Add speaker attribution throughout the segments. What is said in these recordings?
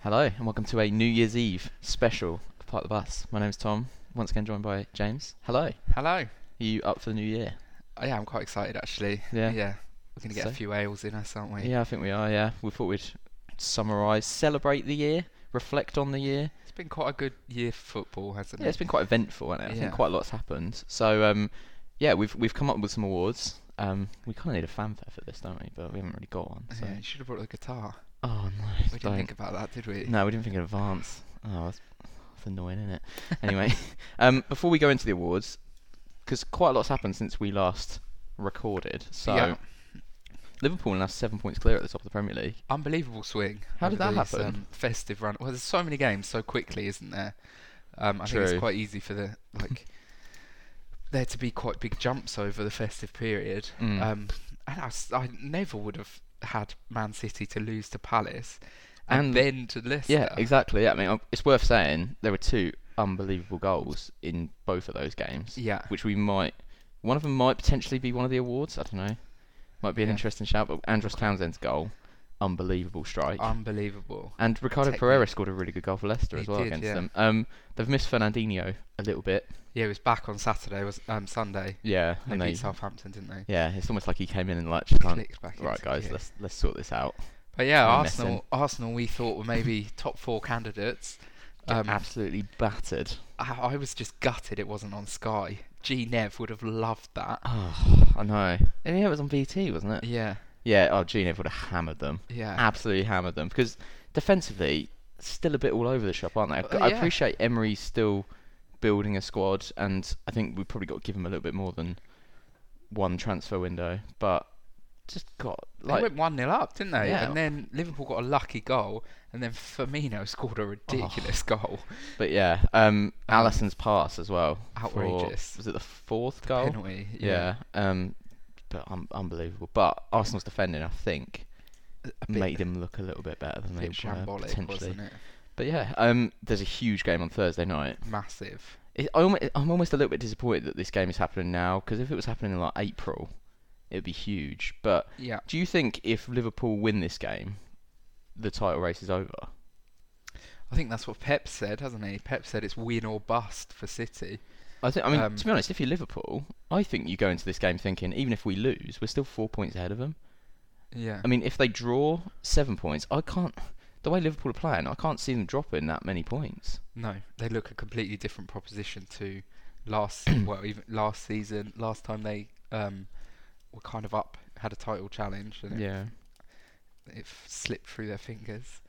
Speaker 1: Hello and welcome to a New Year's Eve special of Part of the Bus. My name's Tom, once again joined by James. Hello. Are
Speaker 2: Hello.
Speaker 1: you up for the new year?
Speaker 2: Oh, yeah, I'm quite excited actually.
Speaker 1: Yeah.
Speaker 2: Yeah. We're gonna get
Speaker 1: So?
Speaker 2: a few ales in us, aren't we?
Speaker 1: Yeah, I think we are, yeah. We thought we'd summarise, celebrate the year, reflect on the year.
Speaker 2: It's been quite a good year for football, hasn't
Speaker 1: Yeah, it's
Speaker 2: it?
Speaker 1: been quite eventful, hasn't it? I
Speaker 2: Yeah.
Speaker 1: think quite a lot's happened. So um yeah, we've we've come up with some awards. Um we kinda need a fanfare for this, don't we? But we haven't really got one. So
Speaker 2: Yeah, you should have brought the guitar.
Speaker 1: Oh no.
Speaker 2: We didn't
Speaker 1: don't.
Speaker 2: think about that, did we?
Speaker 1: No, we didn't think in advance. Oh, that's, that's annoying, isn't it? Anyway, um, before we go into the awards, because quite a lot's happened since we last recorded. So
Speaker 2: Yeah.
Speaker 1: Liverpool are now seven points clear at the top of the Premier League.
Speaker 2: Unbelievable swing.
Speaker 1: How did
Speaker 2: over
Speaker 1: that
Speaker 2: these,
Speaker 1: happen?
Speaker 2: Um, festive run. Well, there's so many games so quickly, isn't there? Um, I think
Speaker 1: True.
Speaker 2: it's quite easy for the like there to be quite big jumps over the festive period.
Speaker 1: Mm.
Speaker 2: Um, and I, s- I never would have had Man City to lose to Palace and,
Speaker 1: And-
Speaker 2: then to Leicester.
Speaker 1: Yeah, exactly. Yeah, I mean, um, it's worth saying there were two unbelievable goals in both of those games.
Speaker 2: Yeah.
Speaker 1: Which we might, one of them might potentially be one of the awards. I don't know. Might be an
Speaker 2: Yeah.
Speaker 1: interesting shout. But Andros Townsend's goal, unbelievable strike.
Speaker 2: Unbelievable.
Speaker 1: And Ricardo
Speaker 2: Technique.
Speaker 1: Pereira scored a really good goal for Leicester
Speaker 2: He
Speaker 1: as well
Speaker 2: did,
Speaker 1: against
Speaker 2: yeah.
Speaker 1: them. Um, they've missed Fernandinho a little bit.
Speaker 2: Yeah, he was back on Saturday. Was um Sunday.
Speaker 1: Yeah,
Speaker 2: They
Speaker 1: and
Speaker 2: beat
Speaker 1: they,
Speaker 2: Southampton, didn't they?
Speaker 1: yeah, it's almost like he came in and like, just gone,
Speaker 2: Clicked back
Speaker 1: right
Speaker 2: into
Speaker 1: guys,
Speaker 2: gear.
Speaker 1: let's let's sort this out.
Speaker 2: But yeah,
Speaker 1: We're
Speaker 2: Arsenal.
Speaker 1: missing.
Speaker 2: Arsenal, we thought were maybe top four candidates. Um, I,
Speaker 1: Absolutely battered.
Speaker 2: I was just gutted it wasn't on Sky. G Nev would have loved that.
Speaker 1: Oh, I know. And yeah, it was on VT, wasn't it?
Speaker 2: Yeah,
Speaker 1: Yeah. Oh, Gino would have hammered them.
Speaker 2: yeah.
Speaker 1: Absolutely hammered them because defensively, still a bit all over the shop, aren't they?
Speaker 2: Uh,
Speaker 1: I
Speaker 2: yeah.
Speaker 1: appreciate Emery's still building a squad, and I think we've probably got to give him a little bit more than one transfer window, but just got
Speaker 2: they
Speaker 1: like
Speaker 2: went one 0 up, didn't they?
Speaker 1: Yeah.
Speaker 2: And then Liverpool got a lucky goal, and then Firmino scored a ridiculous
Speaker 1: Oh,
Speaker 2: goal.
Speaker 1: But yeah, um, Allison's pass as well. for-
Speaker 2: Outrageous.
Speaker 1: was it the fourth goal?
Speaker 2: Penalty.
Speaker 1: Yeah. Um, but um, unbelievable. But Arsenal's defending, I think,
Speaker 2: a bit,
Speaker 1: made him look a little bit better than
Speaker 2: bit
Speaker 1: they were
Speaker 2: shambolic,
Speaker 1: potentially.
Speaker 2: wasn't it?
Speaker 1: But yeah, um, there's a huge game on Thursday night.
Speaker 2: Massive.
Speaker 1: It, I almo- I'm almost a little bit disappointed that this game is happening now because if it was happening in like April, it'd be huge. But
Speaker 2: Yeah.
Speaker 1: do you think if Liverpool win this game, the title race is over?
Speaker 2: I think that's what Pep said, hasn't he? Pep said it's win or bust for City.
Speaker 1: I think. I mean,
Speaker 2: Um,
Speaker 1: to be honest, if you're Liverpool, I think you go into this game thinking even if we lose, we're still four points ahead of them.
Speaker 2: Yeah.
Speaker 1: I mean, if they draw seven points, I can't. The way Liverpool are playing, I can't see them dropping that many points.
Speaker 2: No, they look a completely different proposition to last. se- well, even last season, last time they um, were kind of up, had a title challenge, and it, it f- slipped through their fingers.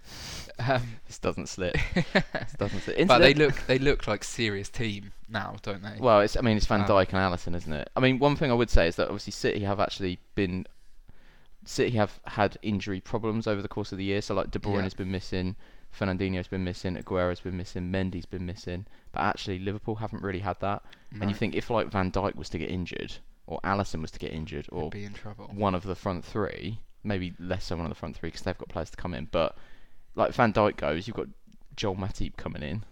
Speaker 2: Um,
Speaker 1: this doesn't slip. this doesn't slip.
Speaker 2: but they
Speaker 1: Incident-
Speaker 2: look they look like serious team now, don't they?
Speaker 1: Well, it's. I mean, it's Van
Speaker 2: Um,
Speaker 1: Dijk and Allison, isn't it? I mean, one thing I would say is that obviously City have actually been. City have had injury problems over the course of the year. So like De Bruyne
Speaker 2: Yeah.
Speaker 1: has been missing, Fernandinho's been missing, Aguero's been missing, Mendy's been missing. But actually, Liverpool haven't really had that. And
Speaker 2: No,
Speaker 1: you think if like Van Dijk was to get injured, or Allison was to get injured,
Speaker 2: they'd
Speaker 1: or
Speaker 2: be in trouble?
Speaker 1: one of the front three, maybe less so one of the front three because they've got players to come in. But like Van Dijk goes, you've got Joel Matip coming in.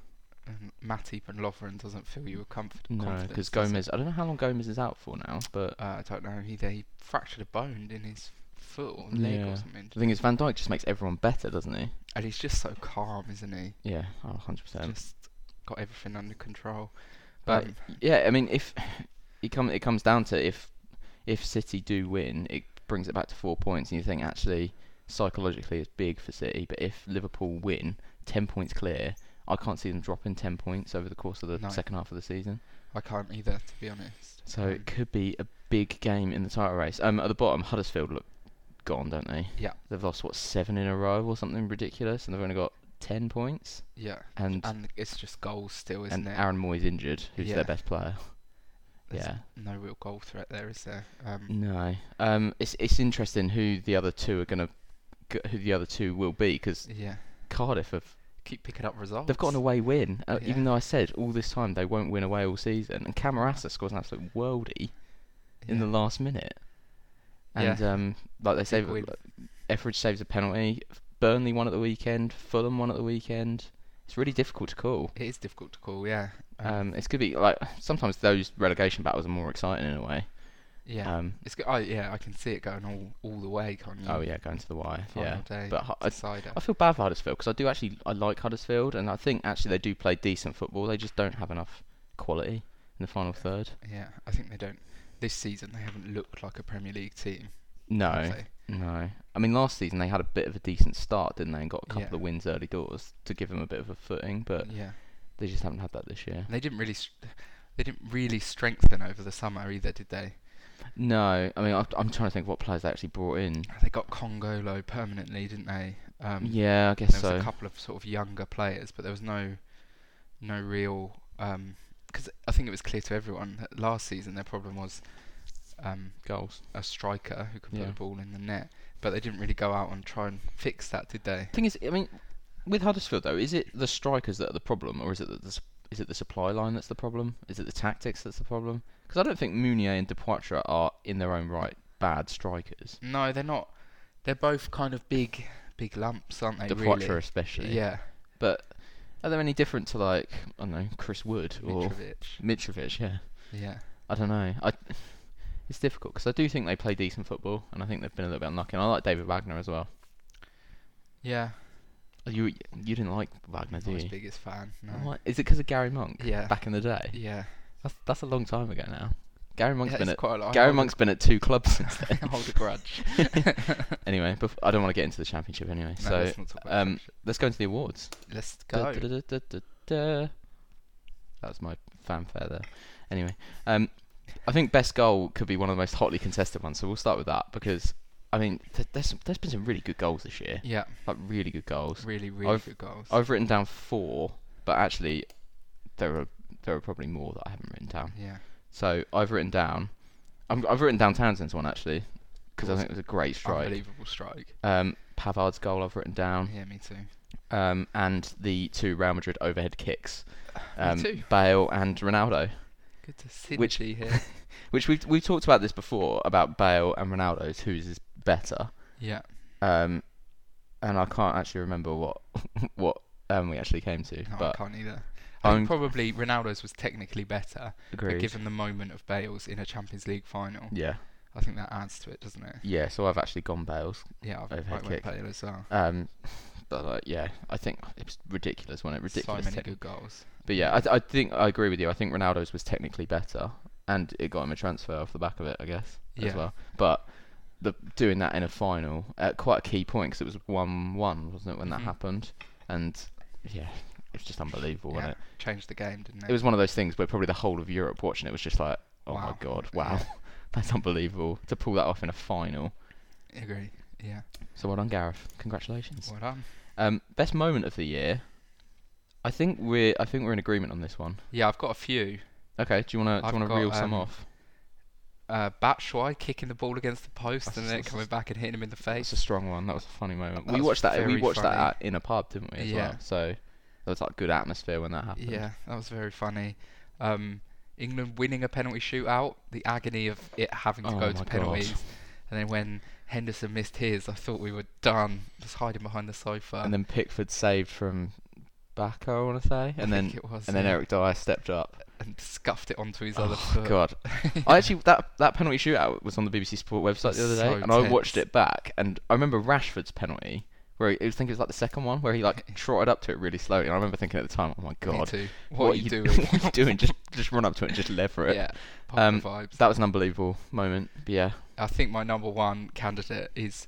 Speaker 2: And Matip and Lovren doesn't feel you were comfort-
Speaker 1: No,
Speaker 2: confident.
Speaker 1: because Gomez. I don't know how long Gomez is out for now, but
Speaker 2: Uh, I don't know. He they fractured a bone in his foot or leg
Speaker 1: Yeah.
Speaker 2: or something.
Speaker 1: the thing is, Van Dijk just makes everyone better, doesn't he?
Speaker 2: And he's just so calm, isn't he?
Speaker 1: Yeah, oh, 100 percent.
Speaker 2: just got everything under control.
Speaker 1: But
Speaker 2: um,
Speaker 1: yeah, I mean, if it come, it comes down to if if City do win, it brings it back to four points, and you think actually psychologically it's big for City. But if Liverpool win, ten points clear. I can't see them dropping ten points over the course of the
Speaker 2: No.
Speaker 1: second half of the season.
Speaker 2: I can't either, to be honest.
Speaker 1: So
Speaker 2: Um,
Speaker 1: it could be a big game in the title race. Um, at the bottom, Huddersfield look gone, don't they?
Speaker 2: Yeah.
Speaker 1: They've lost what seven in a row or something ridiculous, and they've only got ten points.
Speaker 2: yeah,
Speaker 1: And
Speaker 2: and it's just goals still, isn't
Speaker 1: and
Speaker 2: it?
Speaker 1: Aaron Moy's injured, who's
Speaker 2: Yeah.
Speaker 1: their best player.
Speaker 2: There's
Speaker 1: yeah. Mm.
Speaker 2: no real goal threat there, is there? Um,
Speaker 1: No. Um, it's it's interesting who the other two are gonna, g- who the other two will be because
Speaker 2: yeah,
Speaker 1: Cardiff have
Speaker 2: keep picking up results.
Speaker 1: they've got an away win. Uh,
Speaker 2: Yeah.
Speaker 1: Even though I said all this time they won't win away all season, and Camarasa scores an absolute worldie in the
Speaker 2: Yeah.
Speaker 1: last minute. And um, like they
Speaker 2: Big
Speaker 1: save,
Speaker 2: win.
Speaker 1: Etheridge saves a penalty. Burnley won at the weekend. Fulham won at the weekend. It's really difficult to call.
Speaker 2: It is difficult to call, yeah. Um,
Speaker 1: Um, it's gonna be like sometimes those relegation battles are more exciting in a way.
Speaker 2: Yeah.
Speaker 1: Um,
Speaker 2: it's go- I, yeah, I can see it going all all the way, can't you?
Speaker 1: oh yeah, going to the wire.
Speaker 2: Mm. Final
Speaker 1: Yeah,
Speaker 2: day.
Speaker 1: but Hu- I,
Speaker 2: decider.
Speaker 1: I feel bad for Huddersfield because I do actually I like Huddersfield and I think actually they do play decent football. They just don't have enough quality in the final third.
Speaker 2: Yeah, I think they don't. This season they haven't looked like a Premier League team. have
Speaker 1: No,
Speaker 2: they?
Speaker 1: no. I mean, last season they had a bit of a decent start, didn't they? And got a couple
Speaker 2: Yeah.
Speaker 1: of wins early doors to give them a bit of a footing, but
Speaker 2: yeah,
Speaker 1: they just haven't had that this year.
Speaker 2: and they didn't really, st- they didn't really strengthen over the summer either, did they?
Speaker 1: No, I mean, I've, I'm trying to think what players they actually brought in.
Speaker 2: They got Congolo permanently, didn't they? Um,
Speaker 1: yeah, I
Speaker 2: There
Speaker 1: guess
Speaker 2: was
Speaker 1: so.
Speaker 2: a couple of sort of younger players, but there was no, no real. Because I think it was clear to everyone that last season their problem was um,
Speaker 1: Goals.
Speaker 2: a striker who could put
Speaker 1: Yeah.
Speaker 2: the ball in the net, but they didn't really go out and try and fix that, did they?
Speaker 1: Thing is, I mean, with Huddersfield though, is it the strikers that are the problem, or is it that the s- is it the supply line that's the problem? Is it the tactics that's the problem? Because I don't think Mounier and Depoitre are in their own right bad strikers.
Speaker 2: No, they're not. They're both kind of big, big lumps, aren't they?
Speaker 1: Depoitre
Speaker 2: really?
Speaker 1: especially.
Speaker 2: Yeah.
Speaker 1: But are they any different to like I don't know Chris Wood or
Speaker 2: Mitrovic.
Speaker 1: Mitrovic? Yeah.
Speaker 2: Yeah.
Speaker 1: I don't know. I it's difficult because I do think they play decent football, and I think they've been a little bit unlucky. And I like David Wagner as well. Oh,
Speaker 2: Yeah.
Speaker 1: You you didn't like Wagner,
Speaker 2: Not
Speaker 1: do
Speaker 2: his
Speaker 1: you?
Speaker 2: biggest fan. No.
Speaker 1: Why- Is it because of Gary Monk?
Speaker 2: Yeah.
Speaker 1: Back in the day.
Speaker 2: Yeah.
Speaker 1: That's that's a long time ago now. Gary Monk's
Speaker 2: yeah,
Speaker 1: been
Speaker 2: it's
Speaker 1: at
Speaker 2: quite a lot. I
Speaker 1: Gary
Speaker 2: hold a-
Speaker 1: Monk's been at two clubs since
Speaker 2: I
Speaker 1: then.
Speaker 2: hold a grudge.
Speaker 1: anyway, bef- I don't want to get into the championship anyway.
Speaker 2: No,
Speaker 1: so
Speaker 2: let's not talk about
Speaker 1: um,
Speaker 2: that.
Speaker 1: let's go into the awards.
Speaker 2: Let's go.
Speaker 1: Da- da- da- da- da- da. That was my fanfare there. Anyway, um, I think best goal could be one of the most hotly contested ones. So we'll start with that because I mean th- there's some, there's been some really good goals this year,
Speaker 2: Yeah.
Speaker 1: like really good goals.
Speaker 2: Really, really
Speaker 1: I've-
Speaker 2: good goals.
Speaker 1: I've written down four, but actually there are there are probably more that I haven't written down.
Speaker 2: yeah.
Speaker 1: So I've written down, I'm, I've written down Townsend's one actually, because I
Speaker 2: Awesome.
Speaker 1: think it was a great strike.
Speaker 2: Unbelievable strike.
Speaker 1: Um, Pavard's goal I've written down,
Speaker 2: Yeah, me too.
Speaker 1: um, and the two Real Madrid overhead kicks,
Speaker 2: Me
Speaker 1: um,
Speaker 2: too.
Speaker 1: Bale and Ronaldo,
Speaker 2: Good to see
Speaker 1: Which-
Speaker 2: G here.
Speaker 1: which we've we've talked about this before about Bale and Ronaldo's whose is better,
Speaker 2: yeah.
Speaker 1: um, and I can't actually remember what what um, we actually came to,
Speaker 2: No, I
Speaker 1: but
Speaker 2: can't either. I
Speaker 1: I'm
Speaker 2: think probably Ronaldo's was technically better, but
Speaker 1: agreed.
Speaker 2: given the moment of Bale's in a Champions League final,
Speaker 1: yeah,
Speaker 2: I think that adds to it, doesn't it?
Speaker 1: yeah. So I've actually gone Bales.
Speaker 2: Yeah, I've
Speaker 1: Overhead
Speaker 2: I
Speaker 1: kick.
Speaker 2: went Bale as well.
Speaker 1: Um, but uh, yeah, I think it was ridiculous, wasn't it? Ridiculous.
Speaker 2: so many
Speaker 1: technique.
Speaker 2: good goals.
Speaker 1: But yeah, I, th- I think I agree with you. I think Ronaldo's was technically better, and it got him a transfer off the back of it, I guess, as
Speaker 2: Yeah.
Speaker 1: well. But the doing that in a final at quite a key point because it was one-one, wasn't it, when that
Speaker 2: Mhm.
Speaker 1: happened? And yeah, it's just unbelievable,
Speaker 2: Yeah.
Speaker 1: wasn't it?
Speaker 2: Changed the game, didn't it?
Speaker 1: It was one of those things where probably the whole of Europe watching it was just like, oh my
Speaker 2: Wow.
Speaker 1: god, wow, that's unbelievable to pull that off in a final.
Speaker 2: Agree. Yeah.
Speaker 1: So well done, Gareth. Congratulations.
Speaker 2: Well done.
Speaker 1: Um, best moment of the year. I think we're I think we're in agreement on this one.
Speaker 2: Yeah, I've got a few.
Speaker 1: Okay, do you wanna do
Speaker 2: I've
Speaker 1: you wanna
Speaker 2: got,
Speaker 1: reel some
Speaker 2: um,
Speaker 1: off?
Speaker 2: Uh, Batshuayi kicking the ball against the post
Speaker 1: That's-
Speaker 2: and then it
Speaker 1: that's-
Speaker 2: coming back and hitting him in the
Speaker 1: It's
Speaker 2: face.
Speaker 1: a strong one. That was a funny moment.
Speaker 2: That
Speaker 1: we
Speaker 2: was
Speaker 1: watched that. We
Speaker 2: very
Speaker 1: watched
Speaker 2: funny.
Speaker 1: that at, in a pub, didn't we? As
Speaker 2: Yeah.
Speaker 1: Well? So there was like good atmosphere when that happened.
Speaker 2: Yeah, that was very funny. Um, England winning a penalty shootout, the agony of it having to
Speaker 1: Oh
Speaker 2: go
Speaker 1: my
Speaker 2: to
Speaker 1: God.
Speaker 2: penalties. And then when Henderson missed his, I thought we were done. Just hiding behind the sofa.
Speaker 1: And then Pickford saved from Bacco, I want to say, and
Speaker 2: I
Speaker 1: then
Speaker 2: think it was,
Speaker 1: and then
Speaker 2: yeah.
Speaker 1: Eric Dyer stepped up.
Speaker 2: and scuffed it onto his other
Speaker 1: Oh
Speaker 2: foot.
Speaker 1: God! I actually that that penalty shootout was on the BBC Sport website the other day,
Speaker 2: So
Speaker 1: and I watched
Speaker 2: tense.
Speaker 1: it back, and I remember Rashford's penalty where he, I think it was like the second one where he like trotted up to it really slowly, and I remember thinking at the time, oh my
Speaker 2: Me
Speaker 1: God,
Speaker 2: too. What, are you doing?
Speaker 1: what are you doing? Just just run up to it and just lever it.
Speaker 2: yeah, pop
Speaker 1: Um,
Speaker 2: the vibes.
Speaker 1: That was an unbelievable moment. But yeah,
Speaker 2: I think my number one candidate is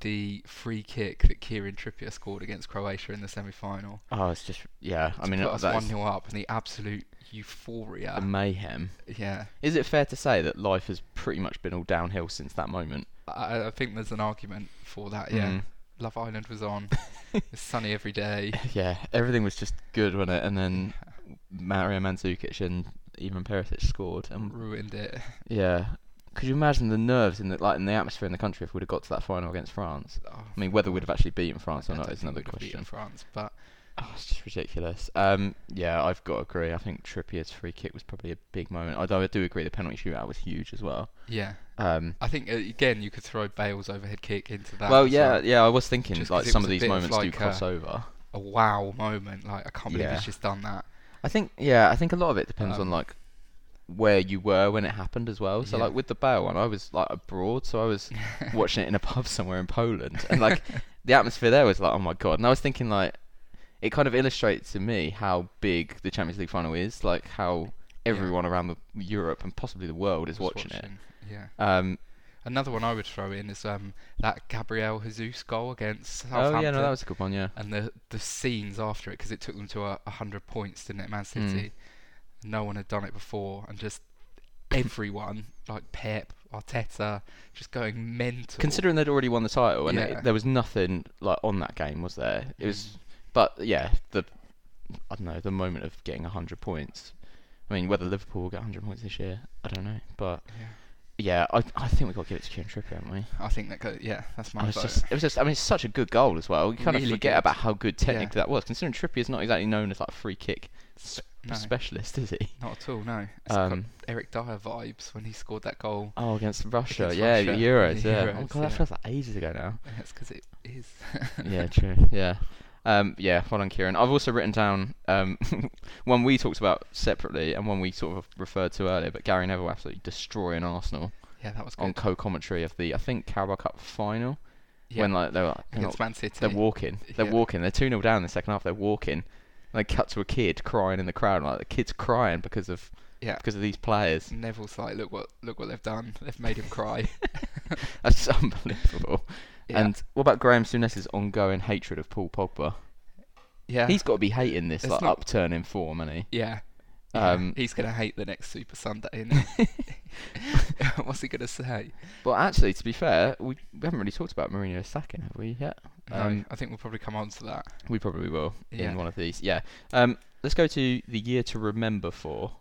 Speaker 2: the free kick that Kieran Trippier scored against Croatia in the semi-final.
Speaker 1: oh, it's just yeah. I
Speaker 2: to
Speaker 1: mean,
Speaker 2: put us
Speaker 1: that
Speaker 2: one
Speaker 1: is Um,
Speaker 2: nil up and the absolute
Speaker 1: the
Speaker 2: euphoria.
Speaker 1: mayhem.
Speaker 2: Yeah,
Speaker 1: Is it fair to say that life has pretty much been all downhill since that moment?
Speaker 2: I, I think there's an argument for that. Yeah,
Speaker 1: Mm.
Speaker 2: Love Island was on. it's sunny every day.
Speaker 1: Yeah, everything was just good, wasn't it? And then Mario Mandzukic and even Perisic scored, and
Speaker 2: Ruined it.
Speaker 1: Yeah. Could you imagine the nerves in the like in the atmosphere in the country if we'd have got to that final against France?
Speaker 2: Oh,
Speaker 1: I mean, whether we'd have actually beaten France
Speaker 2: I
Speaker 1: or
Speaker 2: don't
Speaker 1: not is
Speaker 2: think
Speaker 1: another
Speaker 2: we would've
Speaker 1: question.
Speaker 2: beaten France, but
Speaker 1: Oh, it's just ridiculous. Um, yeah, I've got to agree. I think Trippier's free kick was probably a big moment. Although I do agree the penalty shootout was huge as well.
Speaker 2: yeah,
Speaker 1: Um,
Speaker 2: I think uh, again you could throw Bale's overhead kick into that.
Speaker 1: well,
Speaker 2: as
Speaker 1: yeah, yeah. I was thinking
Speaker 2: Just
Speaker 1: like
Speaker 2: 'cause it
Speaker 1: some
Speaker 2: was
Speaker 1: of
Speaker 2: a
Speaker 1: these
Speaker 2: bit of
Speaker 1: moments do
Speaker 2: like, uh,
Speaker 1: cross over.
Speaker 2: a wow moment. Like I can't believe
Speaker 1: Yeah.
Speaker 2: he's just done that.
Speaker 1: I think yeah, I think a lot of it depends on
Speaker 2: Um,
Speaker 1: like where you were when it happened as well. So
Speaker 2: Yeah.
Speaker 1: like with the Bale one, I was like abroad, so I was watching it in a pub somewhere in Poland, and like the atmosphere there was like, oh my god. And I was thinking like, it kind of illustrates to me how big the Champions League final is, like how
Speaker 2: Yeah.
Speaker 1: everyone around the, Europe and possibly the world is
Speaker 2: was
Speaker 1: watching,
Speaker 2: Yeah.
Speaker 1: it. Um,
Speaker 2: Another one I would throw in is um that Gabriel Jesus goal against Southampton.
Speaker 1: oh yeah, no, that was a good one. Yeah,
Speaker 2: and the the scenes after it because it took them to a, a hundred points, didn't it, Man
Speaker 1: Mm.
Speaker 2: City? No one had done it before, and just everyone like Pep, Arteta, just going mental.
Speaker 1: considering they'd already won the title and it-
Speaker 2: Yeah. Mm.
Speaker 1: there was nothing like on that game, was there? It was, but yeah, the I don't know the moment of getting hundred points. I mean, whether Liverpool will get hundred points this year, I don't know, but
Speaker 2: Yeah.
Speaker 1: yeah, I I think we have got to give it to Kieran Trippier, haven't we?
Speaker 2: I think that go, yeah, that's my
Speaker 1: And it's
Speaker 2: vote.
Speaker 1: just, it was just, I mean, it's such a good goal as well. You kind of
Speaker 2: Really
Speaker 1: forget
Speaker 2: good.
Speaker 1: about how good technically
Speaker 2: Yeah.
Speaker 1: that was, considering Trippier's not exactly known as like a free kick s-
Speaker 2: no,
Speaker 1: specialist, is he?
Speaker 2: not at all. No, it's got
Speaker 1: Um,
Speaker 2: Eric Dyer vibes when he scored that goal.
Speaker 1: oh, against Russia,
Speaker 2: Against
Speaker 1: yeah, the
Speaker 2: Russia,
Speaker 1: Euros,
Speaker 2: the
Speaker 1: yeah. oh
Speaker 2: Euros,
Speaker 1: god, that
Speaker 2: yeah.
Speaker 1: feels like ages ago now.
Speaker 2: That's because it is.
Speaker 1: yeah, true. Yeah. Um, yeah, well done, Kieran. I've also written down um, one we talked about separately and one we sort of referred to earlier, but Gary Neville absolutely destroying Arsenal
Speaker 2: yeah, that was good.
Speaker 1: on co-commentary of the, I think, Carabao Cup final
Speaker 2: yeah,
Speaker 1: when like they were like, they're,
Speaker 2: against
Speaker 1: not-
Speaker 2: Man City.
Speaker 1: they're walking, they're
Speaker 2: Yeah.
Speaker 1: walking, they're two 0 down in the second half, they're walking, and they cut to a kid crying in the crowd, like the kid's crying because of
Speaker 2: yeah,
Speaker 1: because of these players.
Speaker 2: Neville's like, look what look what they've done. They've made him cry.
Speaker 1: That's unbelievable.
Speaker 2: Yeah.
Speaker 1: And what about Graham Souness's ongoing hatred of Paul Pogba?
Speaker 2: yeah,
Speaker 1: He's got to be hating this
Speaker 2: It's
Speaker 1: like
Speaker 2: not-
Speaker 1: upturn in form, hasn't he?
Speaker 2: Yeah.
Speaker 1: Um,
Speaker 2: Um, he's gonna hate the next Super Sunday. is What's he gonna say?
Speaker 1: Well, actually, to be fair, we, we haven't really talked about Mourinho's sacking, have we yet?
Speaker 2: no,
Speaker 1: Um,
Speaker 2: I think we'll probably come on to that.
Speaker 1: We probably will
Speaker 2: Yeah.
Speaker 1: in one of these. Yeah. Um, let's go to the year to remember for.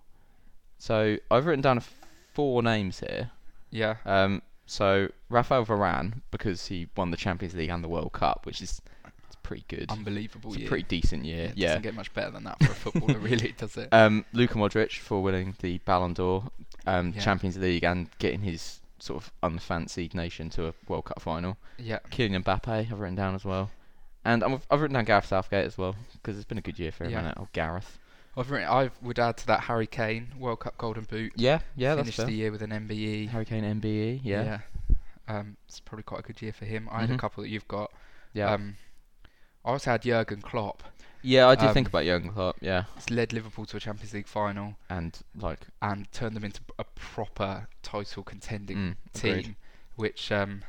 Speaker 1: So I've written down four names here.
Speaker 2: Yeah,
Speaker 1: Um, so Rafael Varane because he won the Champions League and the World Cup, which is it's pretty good.
Speaker 2: unbelievable
Speaker 1: it's a
Speaker 2: year.
Speaker 1: pretty decent year.
Speaker 2: it
Speaker 1: Yeah.
Speaker 2: doesn't get much better than that for a footballer, really, does it?
Speaker 1: Um, Luka Modric for winning the Ballon d'Or, um,
Speaker 2: Yeah.
Speaker 1: Champions League, and getting his sort of unfancied nation to a World Cup final.
Speaker 2: yeah,
Speaker 1: Kylian Mbappe, I've written down as well. And I'm, I've written down Gareth Southgate as well, because it's been a good year for him,
Speaker 2: Yeah.
Speaker 1: hasn't it? Oh, Gareth.
Speaker 2: I've written, I would add to that Harry Kane World Cup Golden Boot.
Speaker 1: Yeah, yeah, that's
Speaker 2: finished
Speaker 1: fair.
Speaker 2: the year with an E. MBE.
Speaker 1: Harry Kane MBE, yeah. Yeah.
Speaker 2: Um, it's probably quite a good year for him. I had
Speaker 1: Mhm.
Speaker 2: a couple that you've got.
Speaker 1: Yeah,
Speaker 2: Um, I also had Jurgen Klopp.
Speaker 1: I do
Speaker 2: um,
Speaker 1: think about Jurgen Klopp, yeah.
Speaker 2: He's led Liverpool to a Champions League final.
Speaker 1: And, like,
Speaker 2: and turn them into a proper title contending
Speaker 1: mm,
Speaker 2: team,
Speaker 1: agreed.
Speaker 2: which um,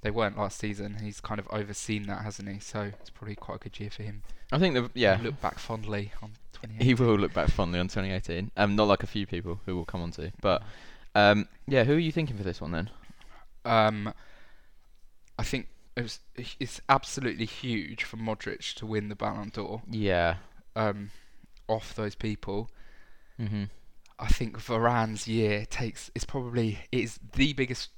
Speaker 2: they weren't last season. He's kind of overseen that, hasn't he? So it's probably quite a good year for him.
Speaker 1: I think, the, yeah,
Speaker 2: look back fondly on 28.
Speaker 1: he will look back fondly on 2018. Um, Not like a few people who will come on to. But, um, yeah, who are you thinking for this one then?
Speaker 2: Um, I think it was, it's absolutely huge for Modric to win the Ballon d'Or
Speaker 1: Yeah.
Speaker 2: um, off those people.
Speaker 1: hmm
Speaker 2: I think Varane's year takes it's probably it is the biggest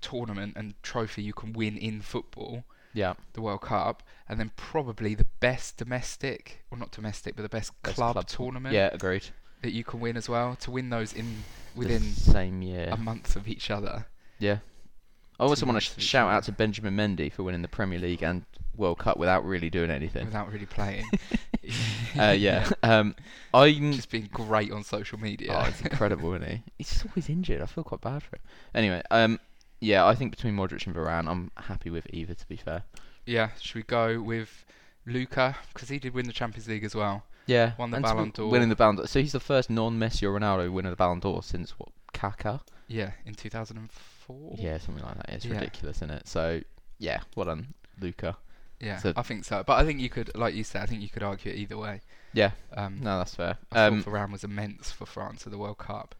Speaker 2: tournament and trophy you can win in football.
Speaker 1: Yeah.
Speaker 2: the World Cup, and then probably the best domestic, or not domestic, but the best,
Speaker 1: Best
Speaker 2: club,
Speaker 1: club tour-
Speaker 2: tournament
Speaker 1: Yeah, agreed.
Speaker 2: that you can win as well. To win those in
Speaker 1: The
Speaker 2: within
Speaker 1: same year.
Speaker 2: a month of each other.
Speaker 1: Yeah. I also
Speaker 2: Two
Speaker 1: want to
Speaker 2: months
Speaker 1: sh-
Speaker 2: each
Speaker 1: shout out
Speaker 2: other.
Speaker 1: to Benjamin Mendy for winning the Premier League and World Cup without really doing anything.
Speaker 2: without really playing.
Speaker 1: Uh, yeah. Um, I'm.
Speaker 2: just being great on social
Speaker 1: Oh,
Speaker 2: media.
Speaker 1: it's incredible, isn't he? He's just always injured. I feel quite bad for him. Anyway, um, yeah, I think between Modric and Varane, I'm happy with either. To be fair.
Speaker 2: yeah, should we go with Luca because he did win the Champions League as well.
Speaker 1: Yeah.
Speaker 2: Won the
Speaker 1: and to
Speaker 2: Ballon
Speaker 1: win-
Speaker 2: d'Or.
Speaker 1: Winning the Ballon d'Or. So he's the first non-Messi or Ronaldo winner of the Ballon d'Or since what? Kaká.
Speaker 2: Yeah, in 2004.
Speaker 1: Yeah, something like that. It's
Speaker 2: Yeah.
Speaker 1: ridiculous, isn't it? So yeah, well done, Luca.
Speaker 2: Yeah,
Speaker 1: So-
Speaker 2: I think so. But I think you could, like you said, I think you could argue it either way.
Speaker 1: Yeah.
Speaker 2: Um,
Speaker 1: No, that's fair.
Speaker 2: I
Speaker 1: Um,
Speaker 2: thought Varane was immense for France at the World Cup.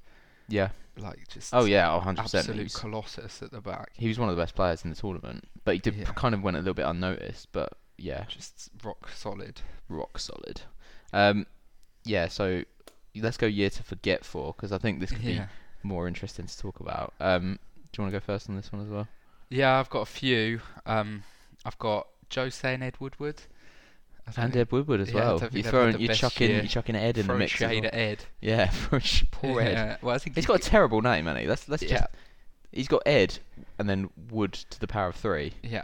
Speaker 1: yeah.
Speaker 2: Like just
Speaker 1: Oh yeah, 100.
Speaker 2: absolute colossus at the back.
Speaker 1: he was one of the best players in the tournament, but he did
Speaker 2: Yeah.
Speaker 1: kind of went a little bit unnoticed. But yeah,
Speaker 2: Just rock solid.
Speaker 1: rock solid. Um, yeah, so let's go year to forget for because I think this could
Speaker 2: Yeah.
Speaker 1: be more interesting to talk about. Um, do you want to go first on this one as well?
Speaker 2: Yeah, I've got a few. Um, I've got Jose and Ed Woodward. I don't
Speaker 1: And
Speaker 2: think-
Speaker 1: Ed Woodward as
Speaker 2: yeah, I
Speaker 1: well.
Speaker 2: don't think
Speaker 1: You're
Speaker 2: they've had
Speaker 1: throwing,
Speaker 2: the
Speaker 1: you're
Speaker 2: best
Speaker 1: chucking,
Speaker 2: year.
Speaker 1: you're chucking Ed in the
Speaker 2: Throw
Speaker 1: mix. as
Speaker 2: shade
Speaker 1: well.
Speaker 2: at Ed.
Speaker 1: Yeah, for sh- poor Ed.
Speaker 2: Yeah, Well, I think
Speaker 1: He's
Speaker 2: you
Speaker 1: got a
Speaker 2: could-
Speaker 1: terrible name, hasn't he? That's that's
Speaker 2: yeah,
Speaker 1: just he's got Ed and then Wood to the power of three.
Speaker 2: yeah.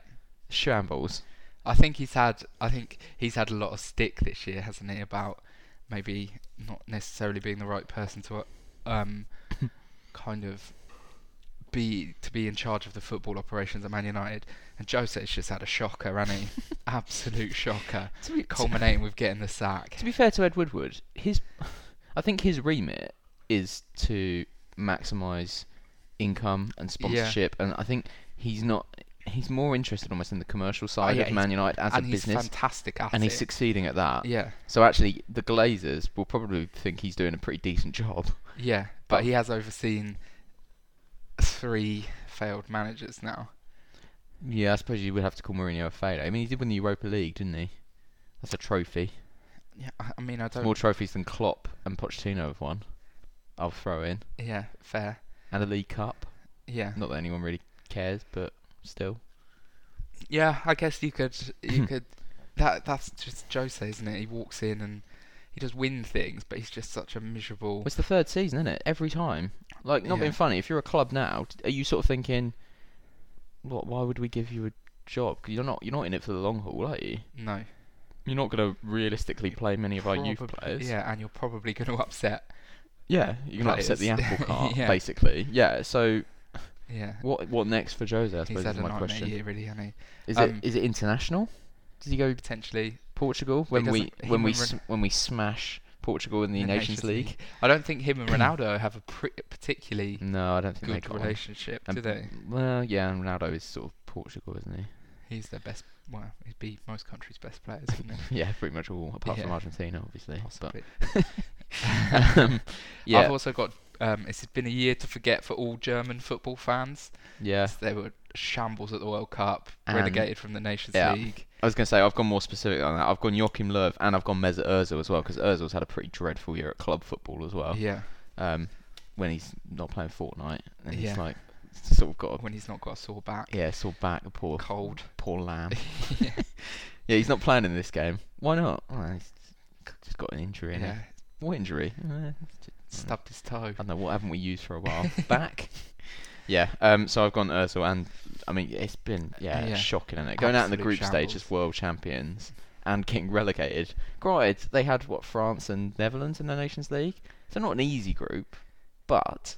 Speaker 1: Shambles.
Speaker 2: I think he's had. I think he's had a lot of stick this year, hasn't he? About maybe not necessarily being the right person to uh, um, kind of be to be in charge of the football operations at Man United. And Jose's just had a shocker, hasn't he? Absolute shocker.
Speaker 1: To be,
Speaker 2: Culminating with getting the sack.
Speaker 1: to be fair to Ed Woodward, his I think his remit is to maximise income and sponsorship, and I think he's not. He's more interested almost in the commercial side
Speaker 2: yeah,
Speaker 1: of
Speaker 2: he's-
Speaker 1: Man United as a
Speaker 2: and he's
Speaker 1: business,
Speaker 2: fantastic at
Speaker 1: and
Speaker 2: it.
Speaker 1: he's succeeding at that.
Speaker 2: yeah,
Speaker 1: So actually, the Glazers will probably think he's doing a pretty decent job.
Speaker 2: yeah. But he has overseen three failed managers now.
Speaker 1: Yeah, I suppose you would have to call Mourinho a failure. I mean, he did win the Europa League, didn't he? That's a trophy.
Speaker 2: Yeah, I I mean, I
Speaker 1: It's
Speaker 2: don't.
Speaker 1: more trophies than Klopp and Pochettino have won. I'll throw in.
Speaker 2: Yeah, fair.
Speaker 1: And a League Cup.
Speaker 2: Yeah,
Speaker 1: Not that anyone really cares, but still.
Speaker 2: yeah. I guess you could,
Speaker 1: Hmm.
Speaker 2: you could. That that's just Jose, isn't it? He walks in and he does win things, but he's just such a miserable.
Speaker 1: It's the third season, isn't it? Every time. Like, not
Speaker 2: Yeah.
Speaker 1: being funny, if you're a club now, d- are you sort of thinking, what, why would we give you a job? 'Cause you're not, you're not in it for the long haul, are you?
Speaker 2: No.
Speaker 1: You're not going to realistically play many of our youth
Speaker 2: Probably-
Speaker 1: players.
Speaker 2: Yeah, and you're probably going to upset.
Speaker 1: Yeah, you're going to upset the
Speaker 2: Players.
Speaker 1: apple cart,
Speaker 2: Yeah.
Speaker 1: basically. Yeah, so
Speaker 2: Yeah.
Speaker 1: What what next for Jose? I
Speaker 2: He's
Speaker 1: suppose
Speaker 2: had
Speaker 1: is
Speaker 2: a
Speaker 1: my
Speaker 2: nightmare
Speaker 1: question.
Speaker 2: year, really, hasn't he?
Speaker 1: Is
Speaker 2: Um,
Speaker 1: it is it international? Does he go
Speaker 2: Potentially.
Speaker 1: Portugal when we
Speaker 2: doesn't- he
Speaker 1: when we
Speaker 2: won't
Speaker 1: s when we smash Portugal in the Nations, League?
Speaker 2: I don't think him and Ronaldo have a pr- particularly
Speaker 1: No, I don't think they
Speaker 2: good
Speaker 1: got one.
Speaker 2: relationship,
Speaker 1: And
Speaker 2: do they?
Speaker 1: Well, yeah, and Ronaldo is sort of Portugal, isn't he?
Speaker 2: He's their best. Well, he'd be most countries' best players, wouldn't he?
Speaker 1: Yeah, pretty much all apart from
Speaker 2: Yeah.
Speaker 1: Argentina, obviously. But
Speaker 2: Possibly.
Speaker 1: um, yeah,
Speaker 2: I've also got. Um, it's been a year to forget for all German football fans.
Speaker 1: yeah.
Speaker 2: They were shambles at the World Cup,
Speaker 1: And-
Speaker 2: relegated from the Nations
Speaker 1: yeah.
Speaker 2: League.
Speaker 1: I was gonna say I've gone more specific on that. I've gone Joachim Löw and I've gone Mesut Ozil as well because Ozil's had a pretty dreadful year at club football as well.
Speaker 2: Yeah,
Speaker 1: Um, when he's not playing Fortnite and he's
Speaker 2: Yeah.
Speaker 1: like sort of got a
Speaker 2: when he's not got a sore back,
Speaker 1: Yeah, it's all back. the Poor,
Speaker 2: cold.
Speaker 1: poor lamb.
Speaker 2: yeah,
Speaker 1: yeah, he's not playing in this game. Why not? Oh, he's just got an injury. innit?
Speaker 2: yeah,
Speaker 1: What injury? Uh, it's just-
Speaker 2: stubbed his toe.
Speaker 1: I don't know. What haven't we used for a while? back. Yeah. Um. So I've gone Ursel, and I mean it's been yeah,
Speaker 2: Uh, Yeah.
Speaker 1: shocking, is it? Going out in the group
Speaker 2: Absolute
Speaker 1: stage
Speaker 2: shambles.
Speaker 1: as world champions and getting relegated. Granted, they had what France and Netherlands in the Nations League, so not an easy group, but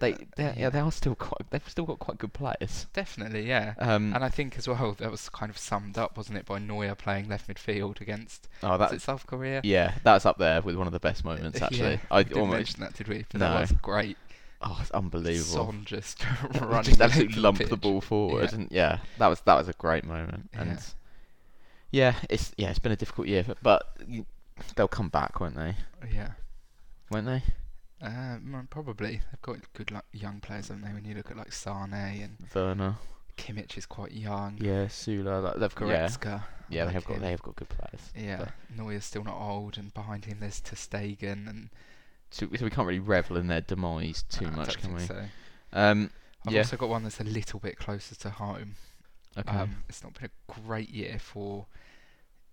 Speaker 1: they they yeah.
Speaker 2: Uh, yeah.
Speaker 1: they are still quite they've still got quite good players.
Speaker 2: Definitely, yeah.
Speaker 1: Um.
Speaker 2: And I think as well that was kind of summed up, wasn't it, by Neuer playing left midfield against
Speaker 1: oh,
Speaker 2: was
Speaker 1: that
Speaker 2: it South Korea?
Speaker 1: Yeah, that's up there with one of the best moments
Speaker 2: Yeah.
Speaker 1: actually. I
Speaker 2: we didn't
Speaker 1: almost
Speaker 2: mention that, did we? But
Speaker 1: No.
Speaker 2: that was great.
Speaker 1: oh, it's unbelievable.
Speaker 2: Son just
Speaker 1: Run
Speaker 2: running,
Speaker 1: just
Speaker 2: all
Speaker 1: absolutely
Speaker 2: over
Speaker 1: lump
Speaker 2: the,
Speaker 1: the
Speaker 2: pitch.
Speaker 1: ball forward,
Speaker 2: Yeah.
Speaker 1: and yeah, that was that was a great moment. And yeah, it's yeah, it's been a difficult year, for, but you, they'll come back, won't they?
Speaker 2: Yeah,
Speaker 1: Won't they?
Speaker 2: um, well, probably they've got good like, young players, haven't they? When you look at like Sane and
Speaker 1: Werner,
Speaker 2: Kimmich is quite young.
Speaker 1: yeah, Sula, like, they've got yeah,
Speaker 2: Goretzka. I
Speaker 1: yeah, they
Speaker 2: like
Speaker 1: have got
Speaker 2: him.
Speaker 1: they have got good players.
Speaker 2: Yeah, Neuer's still not old, and behind him there's Testegen, and
Speaker 1: So, so we can't really revel in their demise too
Speaker 2: I
Speaker 1: much,
Speaker 2: don't
Speaker 1: can
Speaker 2: think
Speaker 1: we?
Speaker 2: So.
Speaker 1: Um,
Speaker 2: I've
Speaker 1: Yeah.
Speaker 2: also got one that's a little bit closer to home.
Speaker 1: okay.
Speaker 2: Um, it's not been a great year for